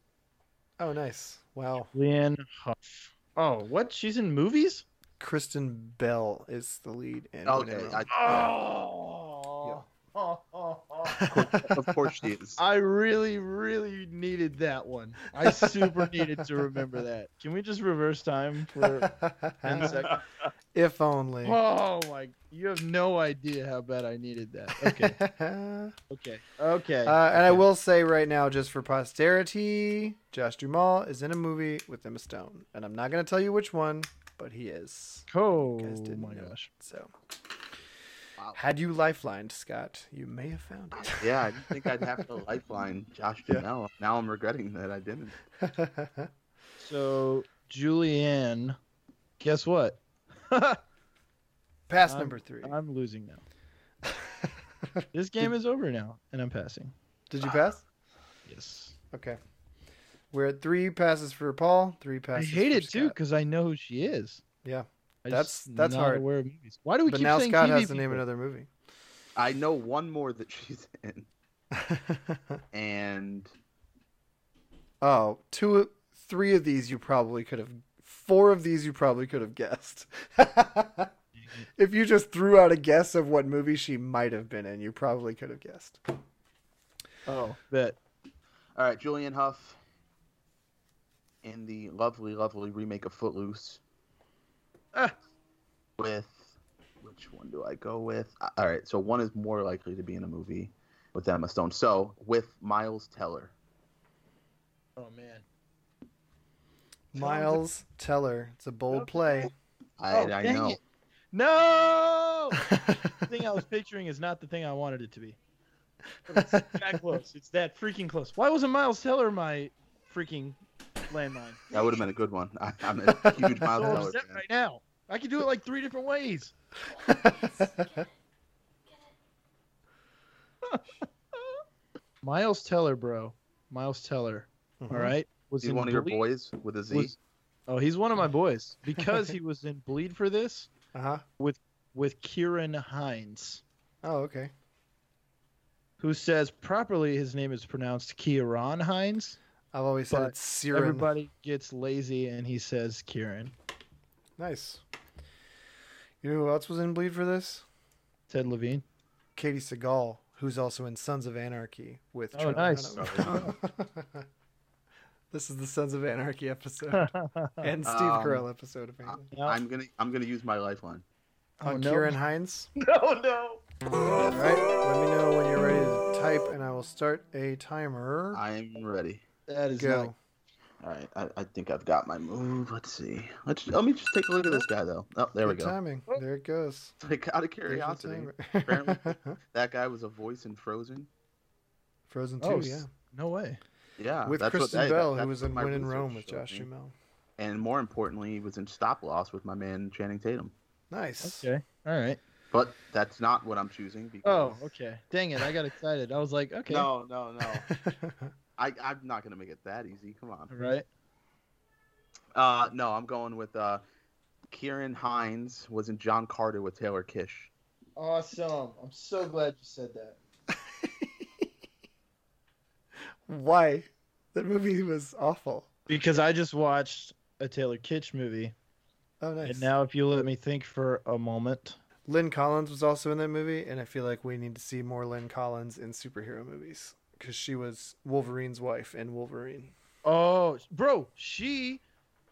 D: Oh, nice. Wow.
E: Leanne Huff. Oh, what? She's in movies?
D: Kristen Bell is the lead. In Win in
F: Okay,
D: Rome.
F: I,
E: Oh.
F: of course she is.
E: I really, really needed that one. I super needed to remember that. Can we just reverse time for 10 seconds?
D: if only.
E: Oh my! You have no idea how bad I needed that. Okay,
D: uh,
E: okay, okay.
D: and I will say right now, just for posterity, Josh Duhamel is in a movie with Emma Stone, and I'm not going to tell you which one, but he is.
E: oh
D: guys didn't
E: my
D: know.
E: gosh!
D: So,
F: Wow.
D: had you lifelined, Scott, you may have found
F: Yeah, I didn't think I'd have to lifeline Josh Duhamel. Now I'm regretting that I didn't.
D: it.
E: So Julianne. Guess what?
D: Pass
E: Um,
D: number three.
E: I'm losing now. this game is over now, and I'm passing.
D: Did you pass?
E: Yes.
D: Okay. We're at three passes for Paul, three
E: I
D: passes.
E: hate
D: for
E: it too
D: Scott.
E: because I know who she is.
D: Yeah.
E: I
D: That's-
E: just
D: that's
E: not
D: hard.
E: Aware of movies. Why do we
D: But
E: keep
D: now
E: saying
D: Scott
E: TV
D: has to name
E: people?
D: another movie.
F: I know one more that she's in, and
D: oh, two, three of these you probably could have. Four of these you probably could have guessed. if you just threw out a guess of what movie she might have been in, you probably could have guessed.
E: Oh, bet.
F: all right, Julian Huff in the lovely, lovely remake of Footloose.
E: Ah.
F: With which one do I go with? Uh, All right, so one is more likely to be in a movie with Emma Stone. So with Miles Teller.
E: Oh man.
D: Miles Teller. It's a bold play.
F: I,
E: Oh,
F: I
E: dang
F: know.
E: it. No. the thing I was picturing is not the thing I wanted it to be. But it's that close. It's that freaking close. Why wasn't Miles Teller my freaking landmine?
F: That would have been a good one. I, I'm a huge Miles
E: So
F: Teller
E: upset
F: fan.
E: Oh, right now. I could do it like three different ways. Miles Teller, bro. Miles Teller.
D: Mm-hmm.
E: All right. Was
F: Mm-hmm. He's
E: in
F: one of your
E: Bleed-
F: boys with a Z.
E: was- Oh, he's one of my boys because he was in Bleed for this
D: Uh huh.
E: with Kieran Hines,
D: Oh, okay.
E: who says properly his name is pronounced Kieran Hines.
D: I've always said
E: But
D: it's Siren.
E: Everybody gets lazy and he says Kieran.
D: Nice. You know who else was in Bleed for this?
E: Ted Levine.
D: Katie Seagal, who's also in Sons of Anarchy with
E: Oh,
D: Trevor
E: nice.
F: Oh,
D: Noah. this is the Sons of Anarchy episode and Steve
F: Um,
D: Carell episode apparently.
F: I'm gonna I'm gonna use my lifeline.
E: Oh,
D: on
E: no.
D: Kieran Hines.
E: No, no.
D: All right, let me know when you're ready to type, and I will start a timer.
F: I'm ready.
E: That is
D: Go.
E: not-
F: All right, I, I think I've got my move. Let's see. Let's let me just take a look at this guy though. Oh, there we
D: Good
F: go.
D: Timing. There it goes.
F: Like out of
D: There's your
F: curiosity,
D: timer.
F: apparently. that guy was a voice in Frozen.
D: Frozen
E: Oh,
D: Two, yeah,
E: s- No way.
F: Yeah,
D: with
F: that's what-
D: Kristen
F: hey, that-
D: Bell,
F: that's
D: who was
F: what
D: in
F: my
D: Win in
F: research
D: Rome with
F: showed
D: Josh
F: me.
D: Duhamel.
F: And more importantly, he was in Stop Loss with my man Channing Tatum.
D: Nice.
E: Okay. All right.
F: But that's not what I'm choosing.
E: Oh,
F: Because...
E: okay. Dang it. I got excited. I was like, okay. All
F: No, no, no. I I'm not gonna make it that easy. Come on.
E: right.
F: Uh, no, I'm going with uh, Kieran Hines was in John Carter with Taylor Kish.
E: Awesome. I'm so glad you said that.
D: Why? That movie was awful.
E: Because I just watched a Taylor Kitsch movie.
D: Oh, nice.
E: And now, if you let me think for a moment,
D: Lynn Collins was also in that movie, and I feel like we need to see more Lynn Collins in superhero movies because she was Wolverine's wife in Wolverine.
E: Oh, bro, she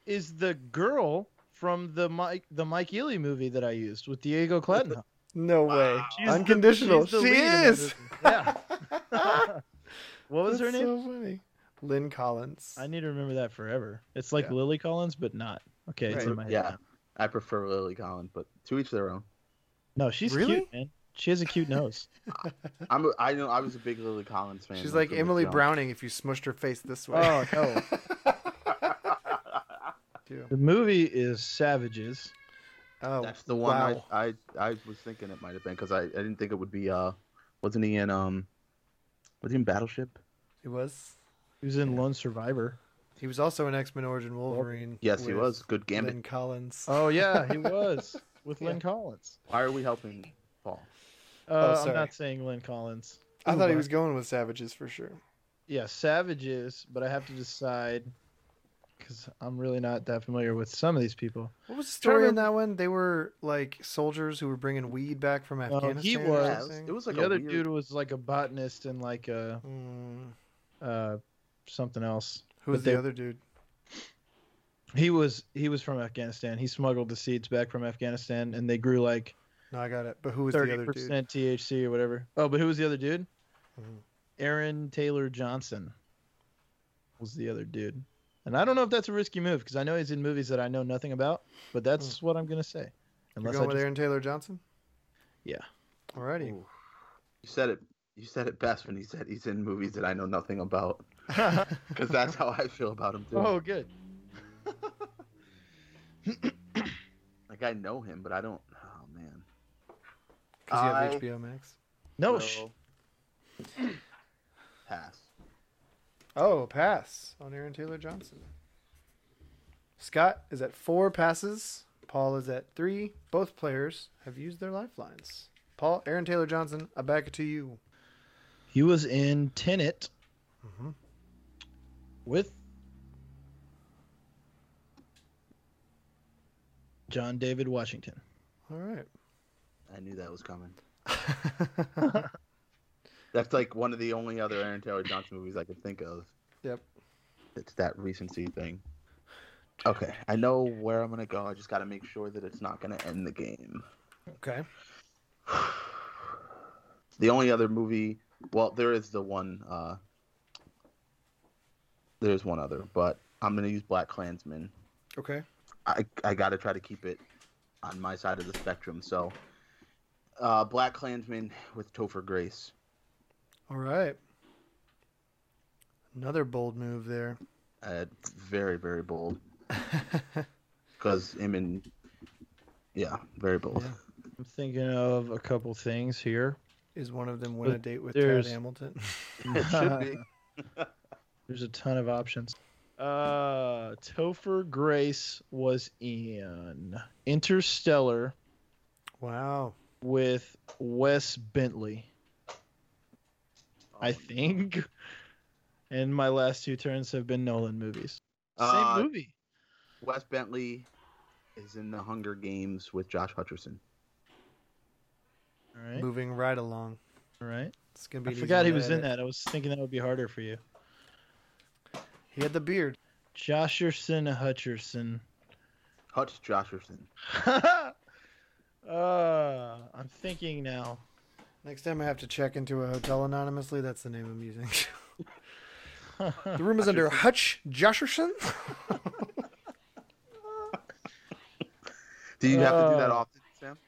E: is the girl from the Mike the Mike Ealy movie that I used with Diego Clattenham.
D: No way,
E: She's the-
D: unconditional.
E: she's the
D: she
E: lead in that
D: is.
E: movie. Yeah. what was her
D: That's
E: name?
D: So funny. Lynn Collins.
E: I need to remember that forever. It's like
D: Yeah.
E: Lily Collins, but not. Okay, it's
D: Right.
E: in my head.
F: Yeah,
E: now.
F: I prefer Lily Collins, but to each their own.
E: No, she's
D: Really?
E: cute, man. She has a cute nose.
F: I'm a, I know I was a big Lily Collins fan.
D: She's like
F: from the
D: Emily
F: jump.
D: Browning if you smushed her face this way.
E: oh no,
D: Dude.
E: the movie is Savages.
D: Oh,
F: That's the one
D: wow.
F: I, I I was thinking it might have been because I, I didn't think it would be. Uh, wasn't he in um, was he in Battleship?
D: He was.
E: He was in Lone Survivor.
D: He was also an X Men Origin Wolverine.
F: Yes, he
D: with
F: was. Good gambit.
D: Lynn Collins.
E: Oh yeah, he was with Lynn Collins.
F: Why are we helping Paul?
E: Uh,
D: sorry.
E: I'm not saying Lynn Collins.
D: I
E: Ooh,
D: thought he
E: wow.
D: was going with Savages for sure.
E: yeah, savages, but I have to decide because I'm really not that familiar with some of these people.
D: What was the
E: Trying to
D: story in that one? They were like soldiers who were bringing weed back from
E: Oh, he
D: Afghanistan. or
E: was.
F: Yeah, it, was,
D: something?
F: it was like
E: the
F: a
E: other
F: weird-
E: dude was like a botanist and like a
D: Mm,
E: uh, something else.
D: who was
E: But
D: the
E: they-
D: other dude?
E: He was he was from Afghanistan. He smuggled the seeds back from Afghanistan, and they grew like
D: No, I got it. But who was the
E: thirty
D: other dude?
E: percent THC or whatever. Oh, but who was the other dude?
D: Mhm.
E: Aaron Taylor Johnson was the other dude. And I don't know if that's a risky move because I know he's in movies that I know nothing about, but that's what I'm gonna say.
D: Hmm. You're
E: Unless
D: going
E: I
D: with
E: just
D: Aaron Taylor Johnson?
E: Yeah.
D: Alrighty.
F: Ooh. You said it. You said it best when he said he's in movies that
D: Oh.
F: I Oh, know nothing about. Because that's how I feel about him too.
E: Oh, good.
F: Like I know him, but I don't. Oh man.
D: Because you have
F: I
D: HBO Max.
E: No, sh-
F: will pass.
D: Oh, pass on Aaron Taylor Johnson. Scott is at four passes. Paul is at three. Both players have used their lifelines. Paul, Aaron Taylor Johnson, I back it to you.
E: he was in Tenet
D: Mhm.
E: with John David Washington.
D: All right.
F: I knew that was coming. That's like one of the only other Aaron Taylor Johnson movies I could think of.
D: Yep.
F: It's that recency thing. Okay, I know where I'm gonna go. I just gotta make sure that it's not gonna end the game.
D: Okay.
F: The only other movie, well, there is the one. uh There's one other, but I'm gonna use Black Klansman.
D: Okay.
F: I I gotta try to keep it on my side of the spectrum. So, uh Black Klansman with Topher Grace.
D: All right. Another bold move there.
F: Uh, very, very bold. Because him and yeah, very bold.
D: Yeah.
E: I'm thinking of a couple things here.
D: Is one of them win a date with
E: There's-
D: Tad Hamilton?
F: It should be.
E: There's a ton of options. Uh, Topher Grace was in Interstellar
D: wow.
E: with Wes Bentley, I think. And my last two turns have been Nolan movies. Same
F: Uh,
E: movie.
F: Wes Bentley is in the Hunger Games with Josh Hutcherson.
E: All right.
D: Moving right along.
E: All right.
D: It's gonna be.
E: I
D: an easy
E: forgot he
D: one to
E: was in
D: edit.
E: that. I was thinking that would be harder for you.
D: He had the beard.
E: Josherson Hutcherson.
F: Hutch Josherson.
E: uh, I'm thinking now.
D: Next time I have to check into a hotel anonymously, that's the name I'm using. the room is under Hutch Josherson.
F: Do you have to do that
E: Uh,
F: often, Sam?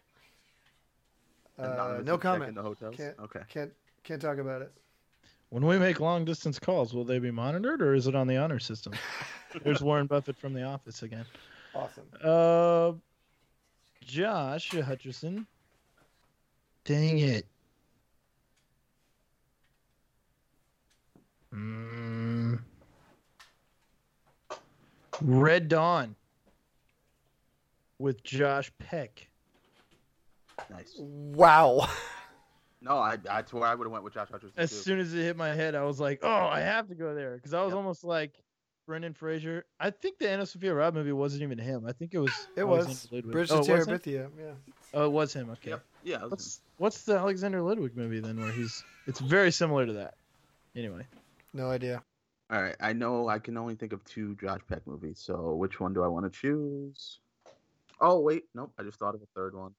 D: Uh,
F: Anonymously
D: Oh. no
F: check
D: comment.
F: In the hotels.
D: Can't-
F: Okay.
D: Can't can't talk about it.
E: When we make long distance calls, will they be monitored or is it on the honor system? There's Warren Buffett from The Office again.
D: Awesome.
E: Uh, Josh Hutcherson. Dang it. Mm. Red Dawn with Josh Peck.
F: Nice.
D: Wow.
F: No, I I swear I would have went with Josh Hutcherson
E: As
F: too.
E: soon as it hit my head, I was like, "Oh, I have to go there," because I was
F: Yep.
E: almost like Brendan Fraser. I think the Anna Sophia Robb movie wasn't even him. I think it was
D: It
E: Alexander
D: was
E: Ludwig.
D: Bridge
E: oh,
D: to
E: it was him?
D: Terabithia. Yeah.
E: Oh, it was him. Okay.
F: Yep. Yeah. it was
E: What's what's the Alexander Ludwig movie then where he's it's very similar to that. Anyway.
D: No idea.
F: him. All right. I know I can only think of two Josh Peck movies. So which one do I want to choose? Oh wait, nope. I just thought of a third one.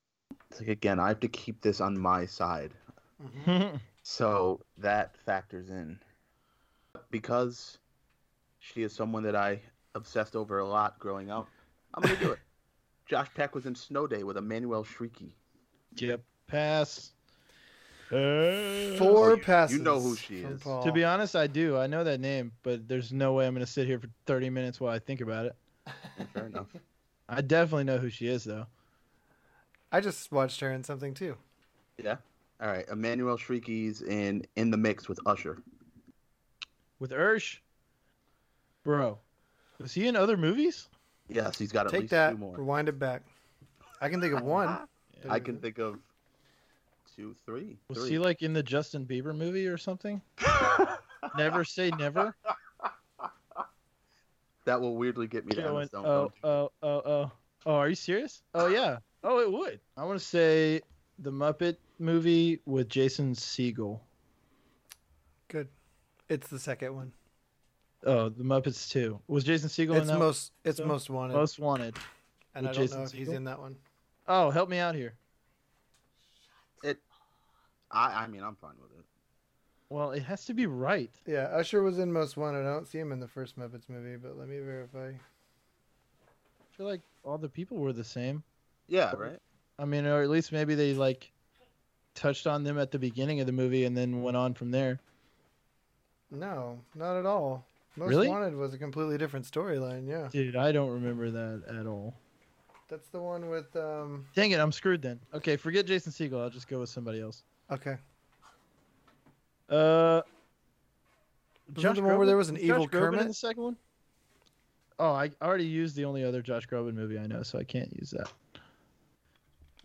F: It's like again, I have to keep this on my side. So that factors in. Because she is someone that I obsessed over a lot growing up, I'm going to do it. Josh Peck was in Snow Day with Emmanuel Shrieky.
E: yep. Pass. Pass.
D: Four
F: you- you
D: passes.
F: know who she
D: from
F: is.
D: Paul.
E: Oh, To be honest, I do. I know that name, but there's no way I'm going to sit here for 30 minutes while I think about it.
F: Fair enough.
E: I definitely know who she is though.
D: I just watched her in something too.
F: Yeah. All right. Emmanuel Shrieky's in In the Mix with Usher.
E: With Ursh? Bro. Was he in other movies?
F: Yes, he's got at
D: Take
F: least
D: that.
F: two more.
D: Rewind it back. I can think of one.
F: I can think of two, three.
E: Was
F: three.
E: he like in the Justin Bieber movie or something? never say never.
F: that will weirdly get me down.
E: Going,
F: this, don't-
E: oh,
F: don't-
E: oh, oh, oh, oh, are you serious? Oh, yeah. Oh, it would. I want to say the Muppet movie with Jason Segel.
D: Good. It's the second one.
E: Oh, the Muppets too. Was Jason Segel in
D: It's
E: that? one?
D: most. It's
E: So-
D: most wanted.
E: Most wanted.
D: and I
E: with
D: don't
E: Jason
D: know if he's
E: Segel?
D: in that one.
E: Oh, help me out here.
F: I, I mean, I'm fine with it.
E: Well, it has to be right.
D: Yeah, Usher was in Most Wanted. I don't see him in the first Muppets movie, but let me verify.
E: I feel like all the people were the same.
F: Yeah, right?
E: I mean, or at least maybe they like touched on them at the beginning of the movie and then went on from there.
D: No, not at all. Most
E: Really?
D: Wanted was a completely different storyline. Yeah.
E: Dude, I don't remember that at all.
D: That's the one with um.
E: Dang it, I'm screwed then. Okay, forget Jason Segel. I'll just go with somebody else.
D: Okay.
E: Uh,
D: Was that the one where there was an
E: Is
D: evil
E: Josh Groban in
D: Kermit?
E: the second one? Oh, I already used the only other Josh Groban movie I know, so I can't use that.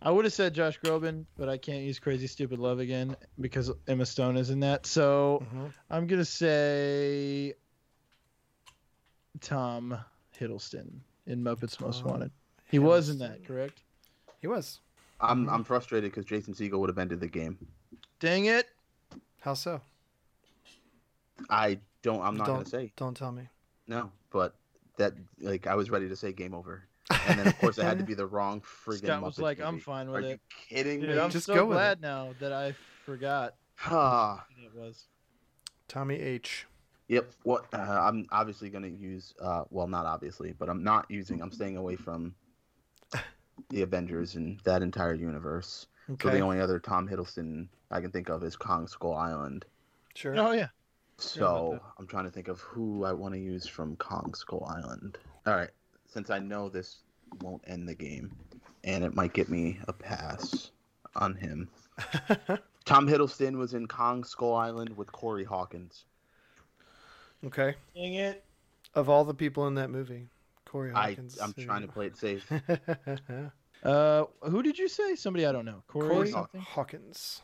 E: I would have said Josh Groban, but I can't use Crazy Stupid Love again because Emma Stone is in that. So
F: Mm-hmm.
D: Mhm.
E: I'm gonna say Tom Hiddleston in Muppets Most
D: Tom
E: Wanted. He was in
D: Hiddleston.
E: that, correct?
D: He was.
F: I'm
D: Mm-hmm.
F: I'm frustrated because Jason Segel would have ended the game.
E: Dang it!
D: How so?
F: I don't. I'm not gonna
D: Don't-
F: say
D: Don't tell me.
F: no, but that like I was ready to say game over, and then of course it had to be the wrong friggin'
E: Scott was
F: Muppets
E: like, "I'm
F: movie.
E: fine
F: Are
E: with
F: you
E: it."
F: kidding
E: Dude,
F: me?
E: I'm
D: Just
E: so
D: go with
E: glad now that I forgot
F: Ah,
E: what it was.
D: Tommy H.
F: yep. What uh, I'm obviously gonna use. Uh, well, not obviously, but I'm not using. I'm staying away from the Avengers and that entire universe.
D: Okay.
F: So the only other Tom Hiddleston I can think of is Kong Skull Island.
D: sure.
E: Oh yeah,
F: So I'm trying to think of who I want to use from Kong Skull Island. All right, since I know this won't end the game, and it might get me a pass on him. Tom Hiddleston was in Kong Skull Island with Corey Hawkins.
D: Okay.
E: dang it!
D: Of all the people in that movie, Corey
F: I,
D: Hawkins.
F: I'm
D: who-
F: trying to play it safe.
E: Uh, who did you say? Somebody I don't know. Corey.
D: Corey
E: something?
D: Hawkins.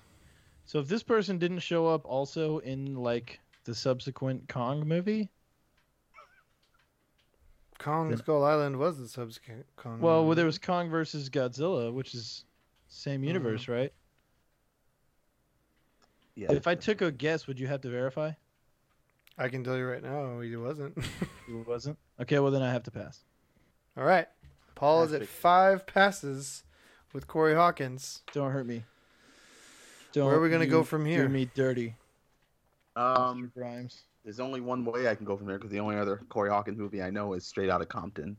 E: So if this person didn't show up also in like the subsequent Kong movie,
D: Kong
E: Yeah.
D: Skull Island was the subsequent Kong.
E: well, well,
D: movie.
E: there was Kong versus Godzilla, which is
D: Mm-hmm.
E: same universe, right?
F: Yeah.
E: If I took a guess, would you have to verify?
D: I can tell you right now, he wasn't.
E: It wasn't. Okay, well then I have to pass.
D: all right. Paul is at
F: Perfect.
D: five passes with Corey Hawkins.
E: Don't hurt me. Don't
D: Where are we gonna
E: you
D: go from here?
E: Do me dirty,
F: Um,
E: Grimes.
F: there's only one way I can go from here because the only other Corey Hawkins movie I know is Straight Outta Compton.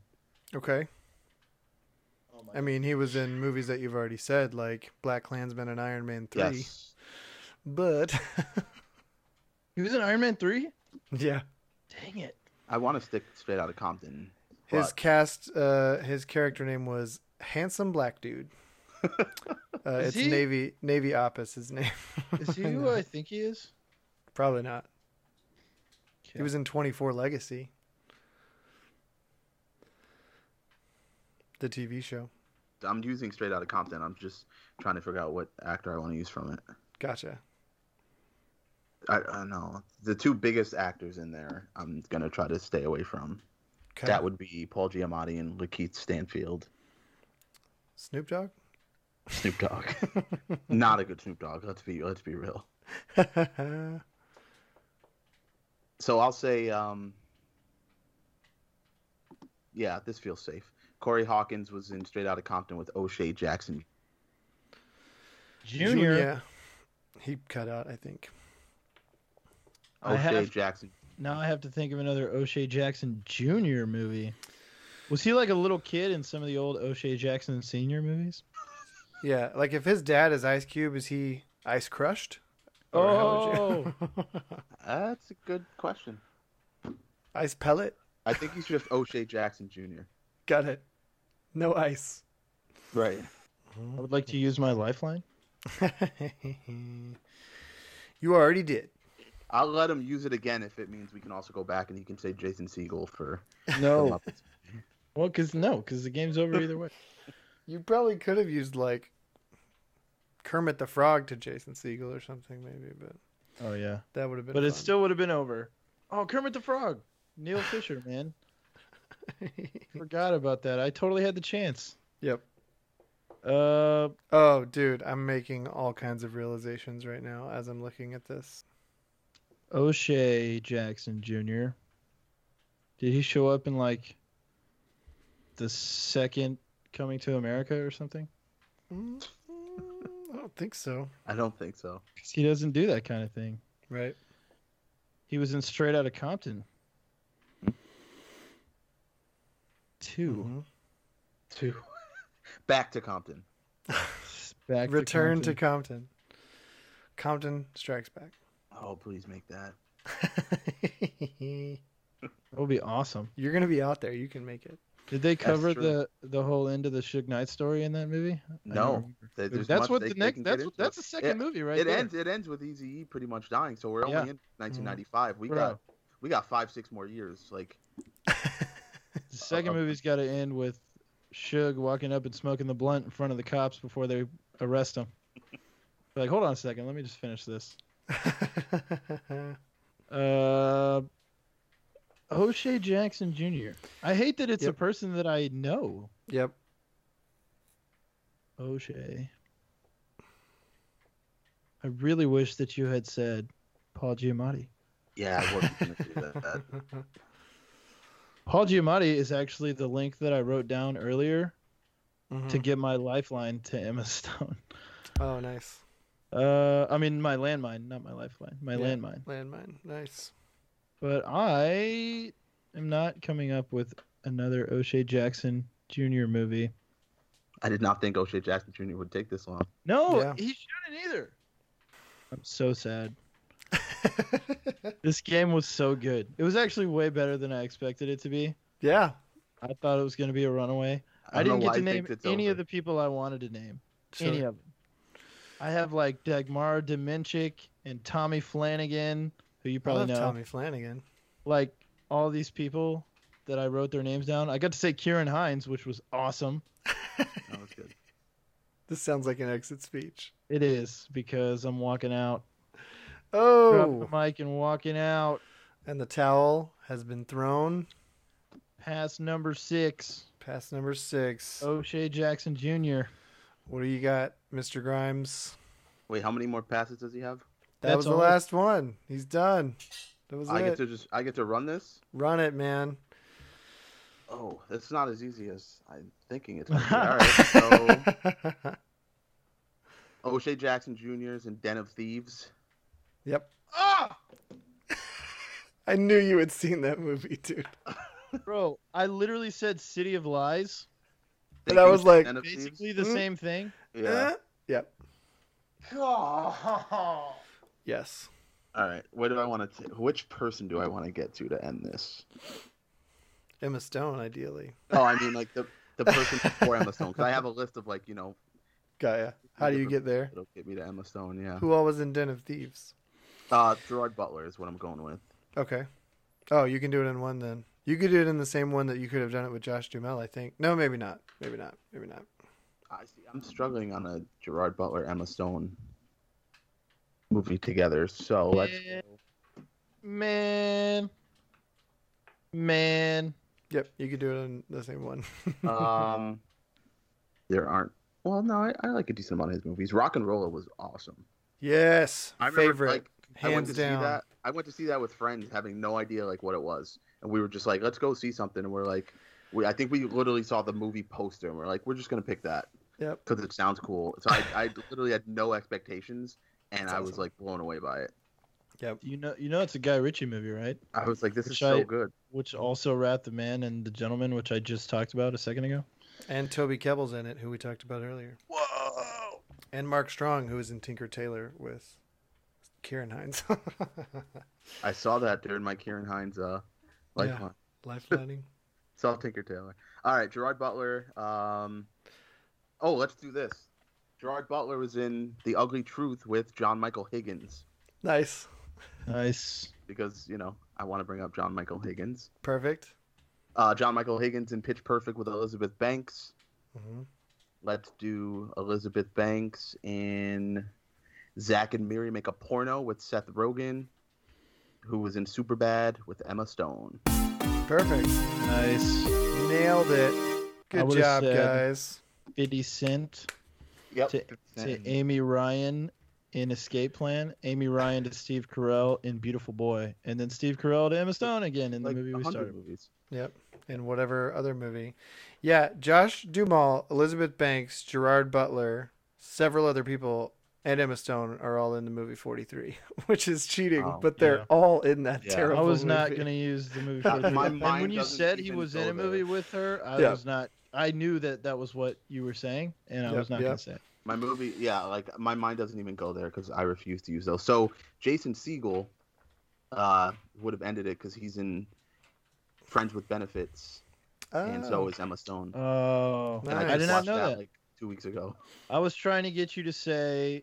D: Okay.
E: Oh
D: I mean, he was in movies that you've already said, like Black Klansman and Iron Man 3.
F: Yes.
D: But,
E: He was in Iron Man three.
D: yeah.
E: Dang it!
F: I want to stick Straight Outta Compton.
D: His
F: but-
D: cast, uh, his character name was Handsome Black Dude. Uh,
E: Is
D: it's
E: he-
D: Navy Navy Opus. His name.
E: Is he who I think he is?
D: Probably not. He
E: Okay.
D: was in 24 Legacy, the TV show.
F: I'm using Straight Outta Compton. I'm just trying to figure out what actor I want to use from it.
D: Gotcha.
F: I, I know the two biggest actors in there. I'm gonna try to stay away from.
D: Okay.
F: That would be Paul Giamatti and Lakeith Stanfield.
D: Snoop Dogg.
F: Snoop Dogg, not a good Snoop Dogg. Let's be let's be real. So I'll say, um, yeah, this feels safe. Corey Hawkins was in Straight Outta Compton with O'Shea Jackson.
E: Junior.
D: He cut out, I think.
E: I
F: O'Shea
E: have-
F: Jackson.
E: Now I have to think of another O'Shea Jackson Jr. movie. Was he like a little kid in some of the old O'Shea Jackson Senior movies?
D: Yeah, like if his dad is Ice Cube, is he Ice Crushed? Or how
E: Oh!
D: would you-
F: That's a good question.
D: ice Pellet.
F: I think he's just O'Shea Jackson Jr.
D: Got it. No ice.
F: Right.
E: I would like to use my lifeline.
D: you already did.
F: I'll let him use it again if it means we can also go back and he can say Jason Siegel for the
E: No.
F: Muppets.
E: well, because no, because the game's over either way.
D: You probably could have used like Kermit the Frog to Jason Siegel or something, maybe, but
E: Oh yeah,
D: that would have been.
E: but it
D: fun.
E: still would have been over. Oh, Kermit the Frog, Neil Fisher, man. Forgot about that. I totally had the chance.
D: Yep.
E: Uh,
D: Oh, dude, I'm making all kinds of realizations right now as I'm looking at this.
E: O'Shea Jackson Jr. Did he show up in like the second Coming to America or something? Mm-hmm.
D: Mm, I don't think so.
F: I don't think so.
E: 'Cause He doesn't do that kind of thing.
D: Right.
E: He was in Straight Outta Compton. Two.
D: Mhm.
F: Two. Back to Compton. Mm-hmm.
E: Back to
D: Return to
E: Compton.
D: Compton. Compton Strikes Back.
F: Oh, please make that.
E: That would be awesome.
D: You're gonna be out there. You can make it.
E: Did they cover
F: true.
E: the the whole end of the Suge Knight story in that movie? I don't
F: No,
E: remember.
F: There- there's
E: that's
F: much
E: what
F: they-
E: the
F: they
E: next.
F: can
E: That's
F: get
E: what-
F: into.
E: that's the second movie, right?
F: it
E: there.
F: ends. It ends with Eazy-E pretty much dying. So we're only
E: Yeah. Mm-hmm.
F: in 1995. We got we got five six more years. Like
E: The second
F: Uh,
E: movie's got to end with Suge walking up and smoking the blunt in front of the cops before they arrest him. like, hold on a second, let me just finish this. Uh, O'Shea Jackson Jr. I hate that it's a
D: Yep.
E: person that I know.
D: yep.
E: O'Shea. I really wish that you had said Paul Giamatti.
F: yeah, I wasn't gonna do that. That-
E: Paul Giamatti is actually the link that I wrote down earlier to
F: Hmm.
D: Mhm.
E: get my lifeline to Emma Stone.
D: Oh, nice.
E: Uh, I mean my landmine, not my lifeline, my
D: Yeah.
E: landmine.
D: Landmine. Nice.
E: But I am not coming up with another O'Shea Jackson Jr. movie.
F: I did not think O'Shea Jackson Jr. would take this long.
E: No,
D: Yeah.
E: he shouldn't either. I'm so sad. This game was so good. It was actually way better than I expected it to be.
D: yeah.
E: I thought it was going to be a runaway. I,
F: don't
E: didn't
F: know
E: get
F: why
E: to
F: he
E: name
F: thinks it's
E: any
F: over.
E: of the people I wanted to name.
D: Sure.
E: Any uh, of them. I have like Dagmar Demenchik and Tommy Flanagan, who you
D: I
E: probably
D: love
E: know.
D: Tommy Flanagan.
E: Like all these people that I wrote their names down. I got to say Kieran Hines, which was awesome.
F: That was good.
D: This sounds like an exit speech.
E: It is because I'm walking out, dropping
D: Oh,
E: the mic and walking out
D: and the towel has been thrown
E: past number six.
D: past number six.
E: O'Shea Jackson Jr.
D: What do you got, Mr. Grimes?
F: Wait, how many more passes does he have?
D: That
E: That's
D: was the
E: all.
D: last one. He's done. That was
F: I
D: it.
F: get to just I get to run this.
D: Run it, man.
F: Oh, it's not as easy as I'm thinking it's. Gonna be. All right, so O'Shea Jackson Jr.'s in Den of Thieves.
D: yep.
E: Ah!
D: I knew you had seen that movie, dude.
E: Bro, I literally said City of Lies.
D: And I was like-
F: Den of Thieves?
E: Basically the
D: Mm.
E: same thing.
F: yeah.
D: Eh? Yep. Uh-huh. Yes.
F: All right, where do I want to? Which person do I want to get to to end this?
D: Emma Stone, ideally.
F: Oh, I mean like the the person before Emma Stone. Because I have a list of like you know
D: Gaia. How do you get there?
F: it'll get me to Emma Stone. Yeah.
D: Who all was in Den of Thieves?
F: Uh, Gerard Butler is what I'm going with.
D: Okay. Oh, you can do it in one then. You could do it in the same one that you could have done it with Josh Dumel, I think. No, maybe not. Maybe not. Maybe not.
F: I see. I'm struggling on a Gerard Butler Emma Stone movie together. So let's.
E: Yeah. Man. Man.
D: Yep, you could do it in the same one.
F: Um, there aren't. Well, no, I, I like a decent amount of his movies. Rock and Roller was awesome.
D: yes.
F: I remember,
D: favorite.
F: like, I went
D: hands
F: to
D: down.
F: see that. I went to see that with friends, having no idea like what it was, and we were just like, "Let's go see something." And we're like, "We," I think we literally saw the movie poster, and we're like, "We're just gonna pick that."
D: Yep.
F: Because it sounds cool. So I, I literally had no expectations, and
D: That's
F: I was
D: awesome.
F: like blown away by it.
E: You know you know it's a Guy Ritchie movie, right?
F: I was like, "This
E: Which
F: is so
E: I-
F: good."
E: Which also wrapped the man and the gentleman, which I just talked about a second ago.
D: And Toby Kebbell's in it, who we talked about earlier.
E: Whoa.
D: And Mark Strong, who was in Tinker Tailor with Karen Hines.
F: I saw that during my Kieran Hines uh, like
D: Yeah. Lifelining.
F: Saw Tinker Taylor. All right, Gerard Butler. Um, oh, let's do this. Gerard Butler was in The Ugly Truth with John Michael Higgins
D: Nice.
E: Nice.
F: because you know I want to bring up John Michael Higgins.
D: Perfect.
F: Uh, John Michael Higgins in Pitch Perfect with Elizabeth Banks.
D: Mhm.
F: Let's do Elizabeth Banks in Zach and Miri Make a Porno with Seth Rogen, who was in Superbad with Emma Stone.
D: Perfect.
E: Nice.
D: Nailed it. Good
E: would've
D: job,
E: said-
D: guys.
E: Fifty Cent
F: Yep.
E: to, to Amy Ryan in Escape Plan, Amy Ryan to Steve Carell in Beautiful Boy, and then Steve Carell to Emma Stone again in the
F: like
E: movie we
F: 100
E: started. with.
F: movies.
D: Yep. And whatever other movie. Yeah, Josh Duhamel, Elizabeth Banks, Gerard Butler, several other people, and Emma Stone are all in the movie 43, which is cheating,
F: Oh,
D: but they're
E: yeah.
D: all in that
F: Yeah. I
D: terrible
E: I was not
D: movie.
E: going to use the movie.
F: My
E: For the- and
F: mind
E: when you
F: doesn't
E: said he
F: even
E: was
F: go
E: in a movie
F: there.
E: with her, I
D: Yeah.
E: was not. I knew that that was what you were saying, and I
D: Yep,
E: was not going
D: yep.
E: to say. It.
F: My movie, yeah, like my mind doesn't even go there because I refuse to use those. So Jason Siegel uh, would have ended it because he's in Friends with Benefits
D: Ah.
F: and so is Emma Stone.
E: Oh,
F: And I,
D: Nice.
F: just
E: I did not
F: watched
E: know that.
F: Like two weeks ago.
E: I was trying to get you to say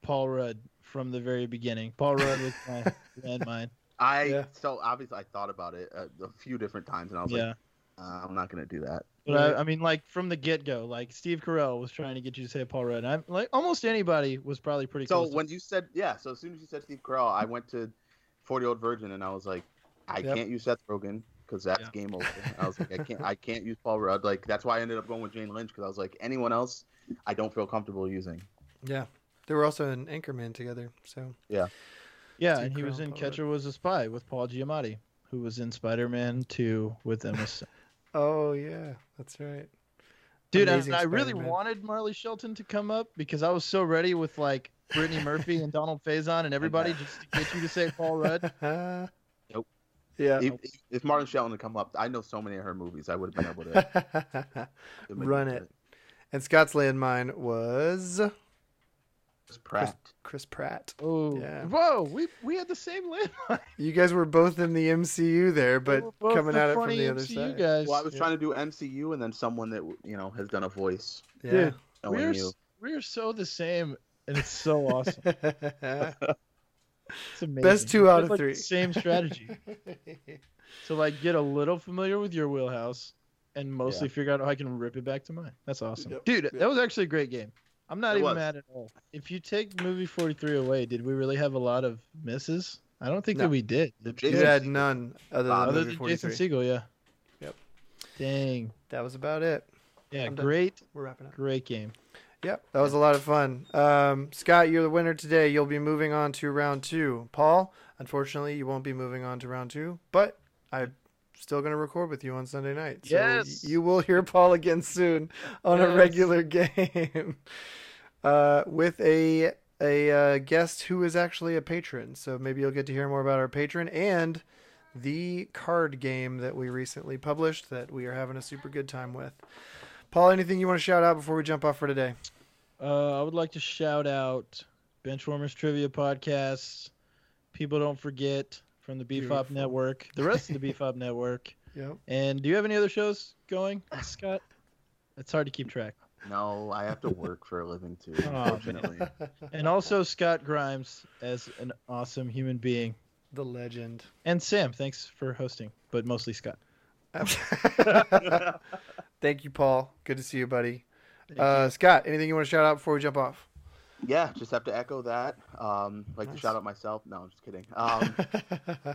E: Paul Rudd from the very beginning. Paul Rudd was my landmine.
F: I
D: Yeah.
F: so obviously I thought about it a, a few different times, and I was
E: Yeah.
F: like, uh, I'm not gonna do that.
E: But I,
D: Right.
E: I mean, like from the get go, like Steve Carell was trying to get you to say Paul Rudd. I'm like almost anybody was probably pretty.
F: So
E: close to-
F: when you said yeah, so as soon as you said Steve Carell, I went to Forty Old Virgin, and I was like, I
D: Yep.
F: can't use Seth Rogen because that's
E: Yeah.
F: game over. I was like, I can't, I can't use Paul Rudd. Like that's why I ended up going with Jane Lynch because I was like, anyone else, I don't feel comfortable using.
D: Yeah. They were also in Anchorman together. So
E: yeah,
D: Steve
E: and he was
D: Carell,
E: in
D: Paul
E: Catcher Was a Spy with Paul Giamatti, who was in Spider Man Two with Emma. Stone.
D: Oh yeah, that's right.
E: Dude, I,
D: Amazing
E: I really
D: Spider-Man.
E: wanted Marley Shelton to come up because I was so ready with like Brittany Murphy and Donald Faison and everybody just to get you to say Paul Rudd.
F: Nope.
D: Yeah.
F: If, if Martin Shelton had come up, I know so many of her movies. I would have been able to to make
D: Run it. and Scott's landmine was
F: Chris Pratt.
D: Chris Pratt.
E: Oh,
D: Yeah.
E: whoa, we we had the same landline.
D: You guys were both in the MCU there, but
E: We're both
D: coming
E: the
D: at it from
E: funny
D: the other
E: MCU
D: side.
E: Guys.
F: Well, I was
D: Yeah.
F: trying to do MCU and then someone that you know has done a voice.
D: Yeah.
F: knowing
E: we're,
F: Oh, you.
E: s- we're so the same, and it's so awesome. It's amazing.
D: Best two out
E: It's
D: of
E: like
D: three.
E: the Same strategy. to like get a little familiar with your wheelhouse and mostly figure out how I can rip it back to mine. That's awesome.
D: Yep.
E: Dude,
D: Yep.
E: that was actually a great game. I'm not
F: It
E: even
F: was.
E: mad at all. If you take movie 43 away, did we really have a lot of misses? I don't think
D: No.
E: that we did.
D: you
F: Jason
D: had
F: Segel.
D: none other than,
E: Other
D: movie
E: than Jason
D: 43.
E: Siegel, yeah.
D: Yep.
E: Dang.
D: That was about it.
E: Yeah,
D: I'm done.
E: great,
D: We're wrapping up.
E: great game.
D: Yep, that was a lot of fun. Um, Scott, you're the winner today. You'll be moving on to round two. Paul, unfortunately, you won't be moving on to round two, but I'm still going to record with you on Sunday night. So
E: Yes.
D: y- you will hear Paul again soon on a
E: Yes.
D: regular game uh, with a a uh, guest who is actually a patron. So maybe you'll get to hear more about our patron and the card game that we recently published that we are having a super good time with. Paul, anything you want to shout out before we jump off for today?
E: Uh, I would like to shout out Benchwarmers Trivia Podcasts, People Don't Forget from the BFOP
D: Beautiful.
E: Network, the rest of the BFOP Network.
D: Yep.
E: And do you have any other shows going, Scott? It's hard to keep track.
F: No, I have to work for a living too,
D: Oh,
E: man.
F: unfortunately.
E: And also Scott Grimes as an awesome human being.
D: The legend.
E: And Sam, thanks for hosting, but mostly Scott.
D: Thank you, Paul. Good to see you, buddy. Uh, Scott, anything you want to shout out before we jump off?
F: yeah, just have to echo that. Um, like to
D: Nice.
F: shout out myself. No, I'm just kidding. Um,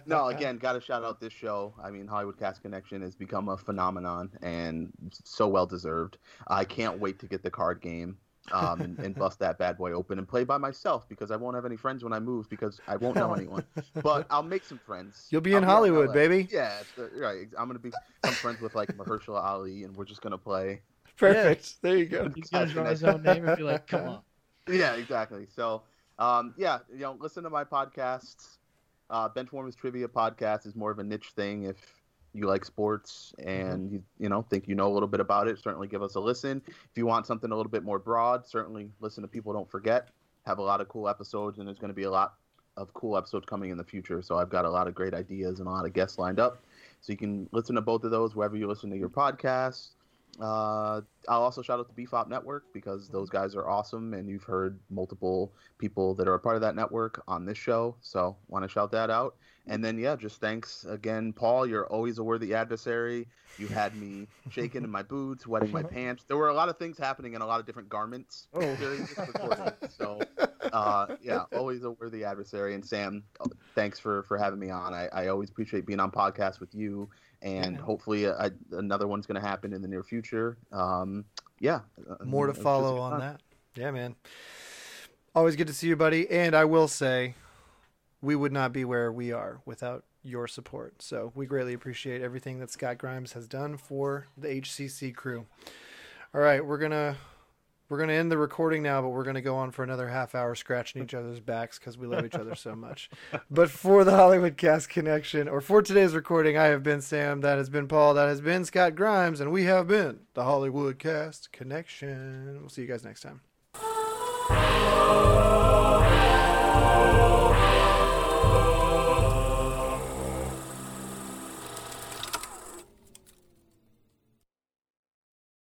F: no, again, got to shout out this show. I mean, Hollywood Cast Connection has become a phenomenon and so well deserved. I can't wait to get the card game um, and, and bust that bad boy open and play by myself because I won't have any friends when I move because I won't know anyone. But I'll make some friends.
D: You'll be
F: I'll
D: in
F: out
D: Hollywood,
F: LA.
D: baby.
F: Yeah, it's the- right. ex- I'm gonna be some friends with like Mahershala Ali, and we're just gonna play.
D: Perfect. There you go.
E: He's gonna draw his own name and be like, "Come on."
F: Yeah, exactly. So, um, yeah, you know, listen to my podcasts. Uh, Benchwarmers Trivia Podcast is more of a niche thing. If you like sports
E: Mm-hmm.
F: and you, you know think you know a little bit about it, certainly give us a listen. If you want something a little bit more broad, certainly listen to People Don't Forget. Have a lot of cool episodes, and there's going to be a lot of cool episodes coming in the future. So I've got a lot of great ideas and a lot of guests lined up. So you can listen to both of those wherever you listen to your podcasts. Uh, I'll also shout out the BFOP network because those guys are awesome, and you've heard multiple people that are a part of that network on this show. So want to shout that out. And then yeah, just thanks again, Paul. You're always a worthy adversary. You had me shaking in my boots, wetting my pants. There were a lot of things happening in a lot of different garments
D: Oh.
F: during this recording. So uh, yeah, always a worthy adversary. And Sam, thanks for for having me on. I, I always appreciate being on podcasts with you, and hopefully uh, I, another one's going to happen in the near future. Um, yeah, uh,
D: More to
F: it's just
D: follow
F: a
D: on
F: ton.
D: that. Yeah, man. Always good to see you, buddy. And I will say, we would not be where we are without your support. So we greatly appreciate everything that Scott Grimes has done for the HCC crew. All right, we're gonna we're gonna end the recording now, but we're gonna go on for another half hour scratching each other's backs because we love each other so much. But for the Hollywood Cast Connection, or for today's recording, I have been Sam. That has been Paul. That has been Scott Grimes, and we have been the Hollywood Cast Connection. We'll see you guys next time.